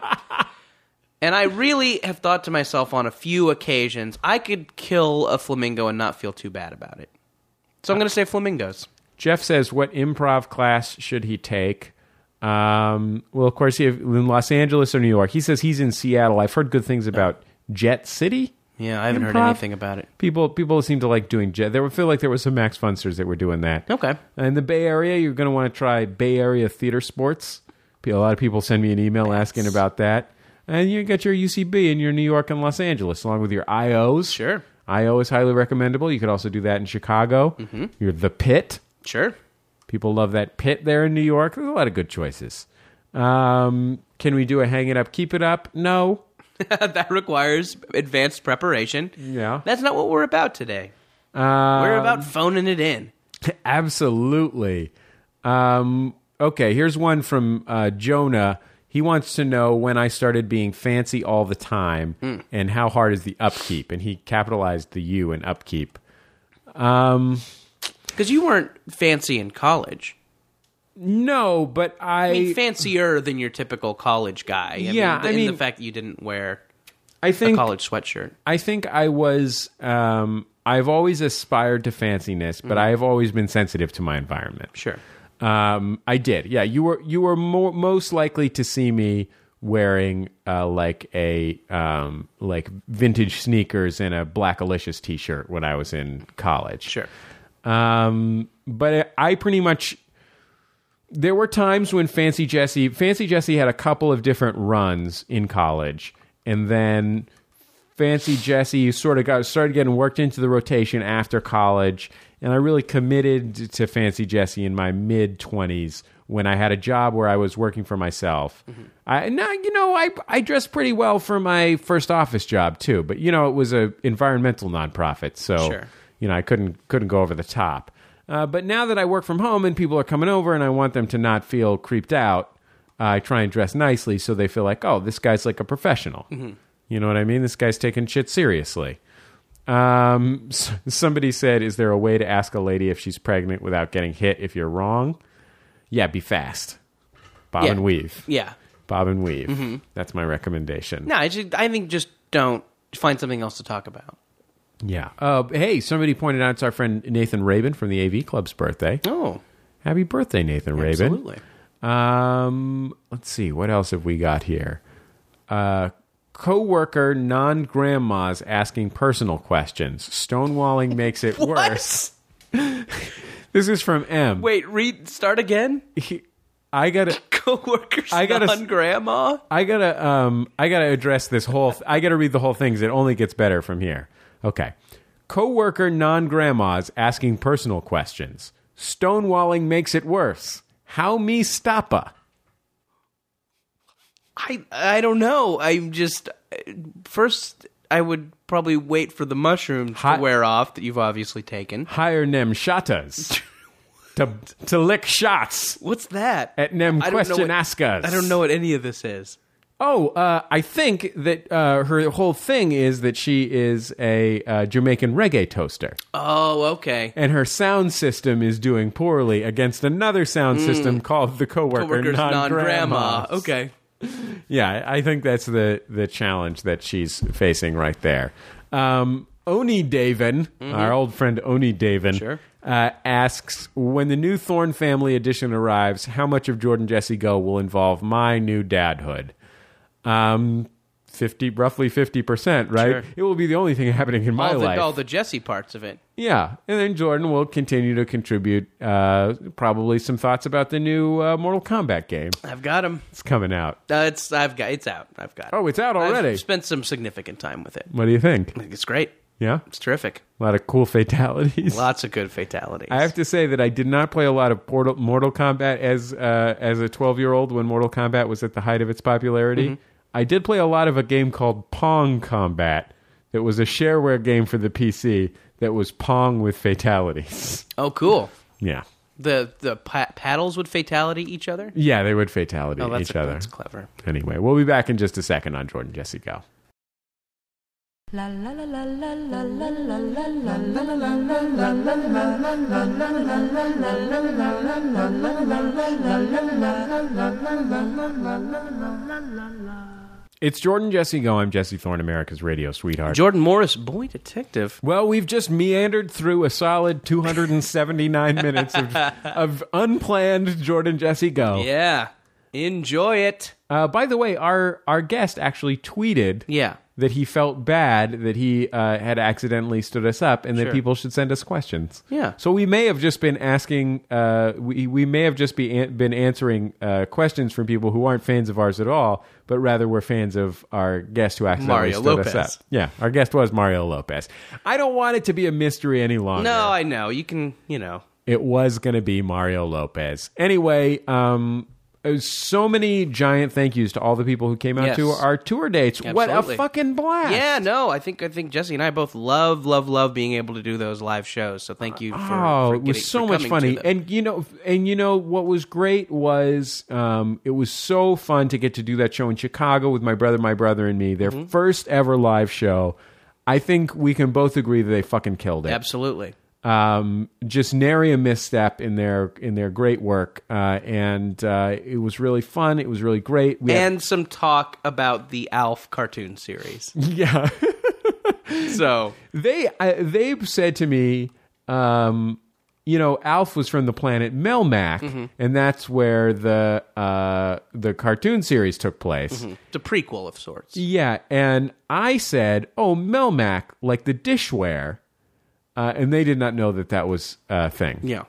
[SPEAKER 3] And I really have thought to myself on a few occasions, I could kill a flamingo and not feel too bad about it. So I'm going to say flamingos.
[SPEAKER 2] Jeff says, "What improv class should he take?" Um, well, of course, he in Los Angeles or New York. He says he's in Seattle. I've heard good things about Jet City.
[SPEAKER 3] Yeah, I haven't heard
[SPEAKER 2] Improv?
[SPEAKER 3] anything about it.
[SPEAKER 2] People people seem to like doing Jet. There would feel like there was some Max Funsters that were doing that.
[SPEAKER 3] Okay.
[SPEAKER 2] In the Bay Area, you're going to want to try Bay Area theater sports. Pe- A lot of people send me an email asking about that. And you got your UCB in your New York and Los Angeles, along with your IOs.
[SPEAKER 3] Sure.
[SPEAKER 2] IO is highly recommendable. You could also do that in Chicago. You're the pit.
[SPEAKER 3] Sure.
[SPEAKER 2] People love that pit there in New York. There's a lot of good choices. Um, can we do a hang it up, keep it up? No.
[SPEAKER 3] that requires advanced preparation.
[SPEAKER 2] Yeah.
[SPEAKER 3] That's not what we're about today.
[SPEAKER 2] Um,
[SPEAKER 3] we're about phoning it in.
[SPEAKER 2] Absolutely. Um, okay, here's one from uh, Jonah. He wants to know when I started being fancy all the time and how hard is the upkeep. And he capitalized the U in upkeep.
[SPEAKER 3] Because you weren't fancy in college.
[SPEAKER 2] No, but I.
[SPEAKER 3] I mean, fancier than your typical college guy. I
[SPEAKER 2] Yeah,
[SPEAKER 3] mean, the,
[SPEAKER 2] I
[SPEAKER 3] in
[SPEAKER 2] mean-
[SPEAKER 3] the fact that you didn't wear
[SPEAKER 2] I
[SPEAKER 3] a
[SPEAKER 2] think
[SPEAKER 3] college sweatshirt.
[SPEAKER 2] I think I was. Um, I've always aspired to fanciness, but I have always been sensitive to my environment.
[SPEAKER 3] Sure.
[SPEAKER 2] Um, I did. Yeah, you were you were more, most likely to see me wearing uh, like a um, like vintage sneakers and a Blackalicious T-shirt when I was in college.
[SPEAKER 3] Sure.
[SPEAKER 2] Um, but I pretty much there were times when Fancy Jesse Fancy Jesse had a couple of different runs in college, and then Fancy Jesse sort of got started getting worked into the rotation after college, and I really committed to Fancy Jesse in my mid twenties when I had a job where I was working for myself. I now you know I I dressed pretty well for my first office job too, but you know it was a environmental nonprofit, so
[SPEAKER 3] Sure.
[SPEAKER 2] you know, I couldn't couldn't go over the top. Uh, but now that I work from home and people are coming over and I want them to not feel creeped out, I try and dress nicely so they feel like, oh, this guy's like a professional.
[SPEAKER 3] Mm-hmm.
[SPEAKER 2] You know what I mean? This guy's taking shit seriously. Um, s- somebody said, is there a way to ask a lady if she's pregnant without getting hit if you're wrong? Yeah, be fast. Bob
[SPEAKER 3] Yeah.
[SPEAKER 2] and weave.
[SPEAKER 3] Yeah. Mm-hmm.
[SPEAKER 2] Bob and weave. That's my recommendation.
[SPEAKER 3] No, I, just, I think just don't find something else to talk about.
[SPEAKER 2] Yeah. Uh, hey, somebody pointed out it's our friend Nathan Rabin from the AV Club's birthday.
[SPEAKER 3] Oh,
[SPEAKER 2] Happy birthday, Nathan Rabin.
[SPEAKER 3] absolutely.
[SPEAKER 2] Um, let's see, what else have we got here? Uh, coworker non grandmas asking personal questions. Stonewalling makes it worse. This is from M.
[SPEAKER 3] Wait, read, start again?
[SPEAKER 2] He- I gotta,
[SPEAKER 3] Coworkers
[SPEAKER 2] I
[SPEAKER 3] I
[SPEAKER 2] gotta
[SPEAKER 3] got
[SPEAKER 2] s-
[SPEAKER 3] on grandma?
[SPEAKER 2] I gotta, um, I gotta address this whole. Th- I gotta read the whole thing. 'cause It only gets better from here. Okay. Coworker non grandmas asking personal questions. Stonewalling makes it worse. How me stoppa?
[SPEAKER 3] I, I don't know. I'm just, first, I would probably wait for the mushrooms
[SPEAKER 2] Hot-
[SPEAKER 3] to wear off that you've obviously taken.
[SPEAKER 2] hire nem shatas to, to lick shots
[SPEAKER 3] What's that?
[SPEAKER 2] at nem
[SPEAKER 3] I don't know
[SPEAKER 2] question
[SPEAKER 3] what-
[SPEAKER 2] askers.
[SPEAKER 3] I don't know what any of this is.
[SPEAKER 2] Oh, uh, I think that uh, her whole thing is that she is a uh, Jamaican reggae toaster,
[SPEAKER 3] Oh, okay.
[SPEAKER 2] and her sound system is doing poorly against another sound system called the coworker
[SPEAKER 3] Mm. Coworkers non grandma.
[SPEAKER 2] non-grandmas.
[SPEAKER 3] Okay.
[SPEAKER 2] Yeah, I I think that's the the challenge that she's facing right there. Um, Oni Davin, our old friend Oni Davin,
[SPEAKER 3] Mm-hmm. Sure.
[SPEAKER 2] uh, asks when the new Thorn family edition arrives, how much of Jordan Jesse Go will involve my new dadhood? Um, 50, roughly 50%, right?
[SPEAKER 3] Sure.
[SPEAKER 2] It will be the only thing happening in my
[SPEAKER 3] all the,
[SPEAKER 2] life.
[SPEAKER 3] all the Jesse parts of it.
[SPEAKER 2] Yeah, and then Jordan will continue to contribute uh, probably some thoughts about the new uh, Mortal Kombat game
[SPEAKER 3] I've got him.
[SPEAKER 2] that's coming out.
[SPEAKER 3] Uh, it's I've got it's out. I've got. it.
[SPEAKER 2] Oh, it's out
[SPEAKER 3] I've
[SPEAKER 2] already.
[SPEAKER 3] spent some significant time with it.
[SPEAKER 2] What do you think?
[SPEAKER 3] I think It's great.
[SPEAKER 2] Yeah,
[SPEAKER 3] It's terrific.
[SPEAKER 2] a lot of cool fatalities.
[SPEAKER 3] Lots of good fatalities.
[SPEAKER 2] I have to say that I did not play a lot of Portal, Mortal Kombat as uh, as a twelve year old when Mortal Kombat was at the height of its popularity.
[SPEAKER 3] Mm-hmm.
[SPEAKER 2] I did play a lot of a game called Pong Combat that was a shareware game for the PC that was Pong with fatalities.
[SPEAKER 3] oh, cool.
[SPEAKER 2] Yeah,
[SPEAKER 3] The the pa- paddles would fatality each other.
[SPEAKER 2] yeah, they would fatality
[SPEAKER 3] Oh, that's,
[SPEAKER 2] each other.
[SPEAKER 3] that's clever.
[SPEAKER 2] Anyway, we'll be back in just a second on Jordan Jesse Go.
[SPEAKER 1] La la la la la la la la la la.
[SPEAKER 2] It's Jordan Jesse Go. I'm Jesse Thorne, America's radio sweetheart.
[SPEAKER 3] Jordan Morris, boy detective.
[SPEAKER 2] well, we've just meandered through a solid 279 minutes of, of unplanned Jordan Jesse Go.
[SPEAKER 3] Yeah, enjoy it.
[SPEAKER 2] Uh, by the way, our our guest actually tweeted
[SPEAKER 3] Yeah.
[SPEAKER 2] that he felt bad that he uh, had accidentally stood us up, and that
[SPEAKER 3] Sure.
[SPEAKER 2] people should send us questions.
[SPEAKER 3] Yeah.
[SPEAKER 2] So we may have just been asking. Uh, we we may have just be an- been answering uh, questions from people who aren't fans of ours at all, but rather were fans of our guest who accidentally
[SPEAKER 3] Mario
[SPEAKER 2] stood
[SPEAKER 3] Lopez.
[SPEAKER 2] us up. Yeah, our guest was Mario Lopez. I don't want it to be a mystery any longer.
[SPEAKER 3] No, I know you can. You know.
[SPEAKER 2] It was going to be Mario Lopez. Anyway, um, uh, so many giant thank yous to all the people who came out
[SPEAKER 3] Yes.
[SPEAKER 2] to our tour dates. What a
[SPEAKER 3] Absolutely.
[SPEAKER 2] fucking blast!
[SPEAKER 3] Yeah, no, I think I think Jesse and I both love, love, love being able to do those live shows. So thank you.
[SPEAKER 2] Oh,
[SPEAKER 3] For, for
[SPEAKER 2] it
[SPEAKER 3] getting-
[SPEAKER 2] was so
[SPEAKER 3] for
[SPEAKER 2] much
[SPEAKER 3] coming
[SPEAKER 2] funny,
[SPEAKER 3] to them.
[SPEAKER 2] and you know, and you know what was great was um, it was so fun to get to do that show in Chicago with my brother, my brother, and me. Their
[SPEAKER 3] Mm-hmm.
[SPEAKER 2] first ever live show. I think we can both agree that they fucking killed it.
[SPEAKER 3] Absolutely.
[SPEAKER 2] um, just nary a misstep in their in their great work, uh, and uh, it was really fun. It was really great. We had-
[SPEAKER 3] And some talk about the Alf cartoon series.
[SPEAKER 2] yeah,
[SPEAKER 3] So
[SPEAKER 2] they I, they said to me, um, you know, Alf was from the planet Melmac, and that's where the uh, the cartoon series took place.
[SPEAKER 3] it's a prequel of sorts.
[SPEAKER 2] Yeah, and I said, "Oh, Melmac, like the dishware," uh, and they did not know that that was a thing.
[SPEAKER 3] Yeah.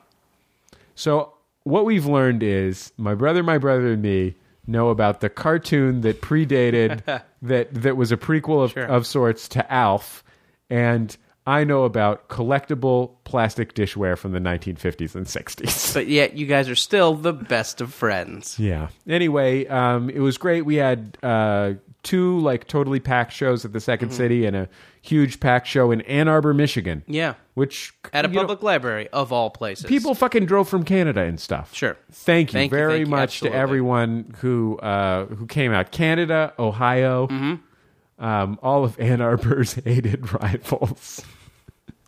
[SPEAKER 2] So what we've learned is my brother, my brother, and me know about the cartoon that predated that that was a prequel of, of sorts to Alf, and I know about collectible plastic dishware from the 1950s and 60s.
[SPEAKER 3] But yet you guys are still the best of friends.
[SPEAKER 2] Yeah. Anyway, um, it was great. We had uh, two like totally packed shows at the 2nd
[SPEAKER 3] Mm-hmm.
[SPEAKER 2] City and a huge packed show in Ann Arbor, Michigan.
[SPEAKER 3] Yeah.
[SPEAKER 2] Which
[SPEAKER 3] At a
[SPEAKER 2] you know,
[SPEAKER 3] public library of all places.
[SPEAKER 2] people fucking drove from Canada and stuff.
[SPEAKER 3] Sure.
[SPEAKER 2] Thank you
[SPEAKER 3] Thank you,
[SPEAKER 2] very
[SPEAKER 3] thank you,
[SPEAKER 2] much
[SPEAKER 3] absolutely.
[SPEAKER 2] to everyone who uh, who came out. Canada, Ohio,
[SPEAKER 3] Mm-hmm.
[SPEAKER 2] um, all of Ann Arbor's hated rivals.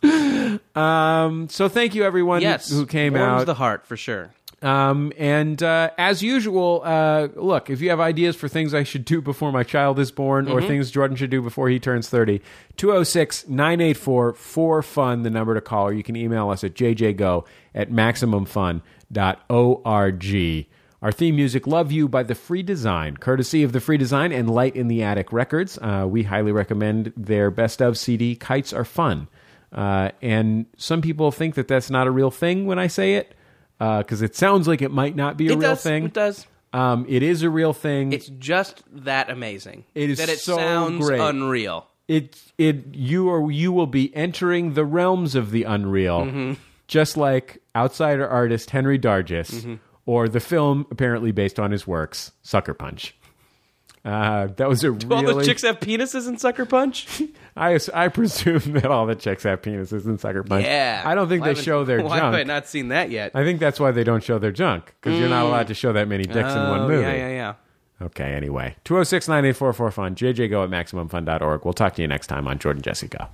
[SPEAKER 2] um, so thank you everyone
[SPEAKER 3] yes,
[SPEAKER 2] who came
[SPEAKER 3] warms
[SPEAKER 2] out.
[SPEAKER 3] the heart for sure.
[SPEAKER 2] Um, and uh, as usual, uh, look, if you have ideas for things I should do before my child is born or things Jordan should do before he turns 30, 206 984 4FUN, the number to call, or you can email us at jjgo at maximumfun.org. Our theme music, Love You by The Free Design, courtesy of The Free Design and Light in the Attic Records. Uh, we highly recommend their best of CD, Kites Are Fun. Uh, and some people think that that's not a real thing when I say it because it sounds like it might not be a
[SPEAKER 3] it
[SPEAKER 2] real
[SPEAKER 3] does.
[SPEAKER 2] thing.
[SPEAKER 3] It does.
[SPEAKER 2] Um, it is a real thing.
[SPEAKER 3] It's just that amazing.
[SPEAKER 2] It is
[SPEAKER 3] that it
[SPEAKER 2] so
[SPEAKER 3] sounds
[SPEAKER 2] great.
[SPEAKER 3] unreal.
[SPEAKER 2] it it you are you will be entering the realms of the unreal,
[SPEAKER 3] Mm-hmm.
[SPEAKER 2] just like outsider artist Henry Dargis
[SPEAKER 3] Mm-hmm.
[SPEAKER 2] or the film apparently based on his works Sucker Punch. Uh, that was a
[SPEAKER 3] All
[SPEAKER 2] really
[SPEAKER 3] those chicks have penises in Sucker Punch.
[SPEAKER 2] I I presume that all the chicks have penises in Sucker Punch.
[SPEAKER 3] yeah,
[SPEAKER 2] I don't think
[SPEAKER 3] Why
[SPEAKER 2] they
[SPEAKER 3] haven't-
[SPEAKER 2] show their
[SPEAKER 3] Why
[SPEAKER 2] junk.
[SPEAKER 3] have I not seen that yet?
[SPEAKER 2] I think that's why they don't show their junk because you're not allowed to show that many dicks in one
[SPEAKER 3] Mm. Oh,
[SPEAKER 2] movie.
[SPEAKER 3] Yeah, yeah, yeah.
[SPEAKER 2] Okay, oh anyway. 206 984 fun jjgo at maximumfun.org. We'll talk to you next time on Jordan Jesse Go.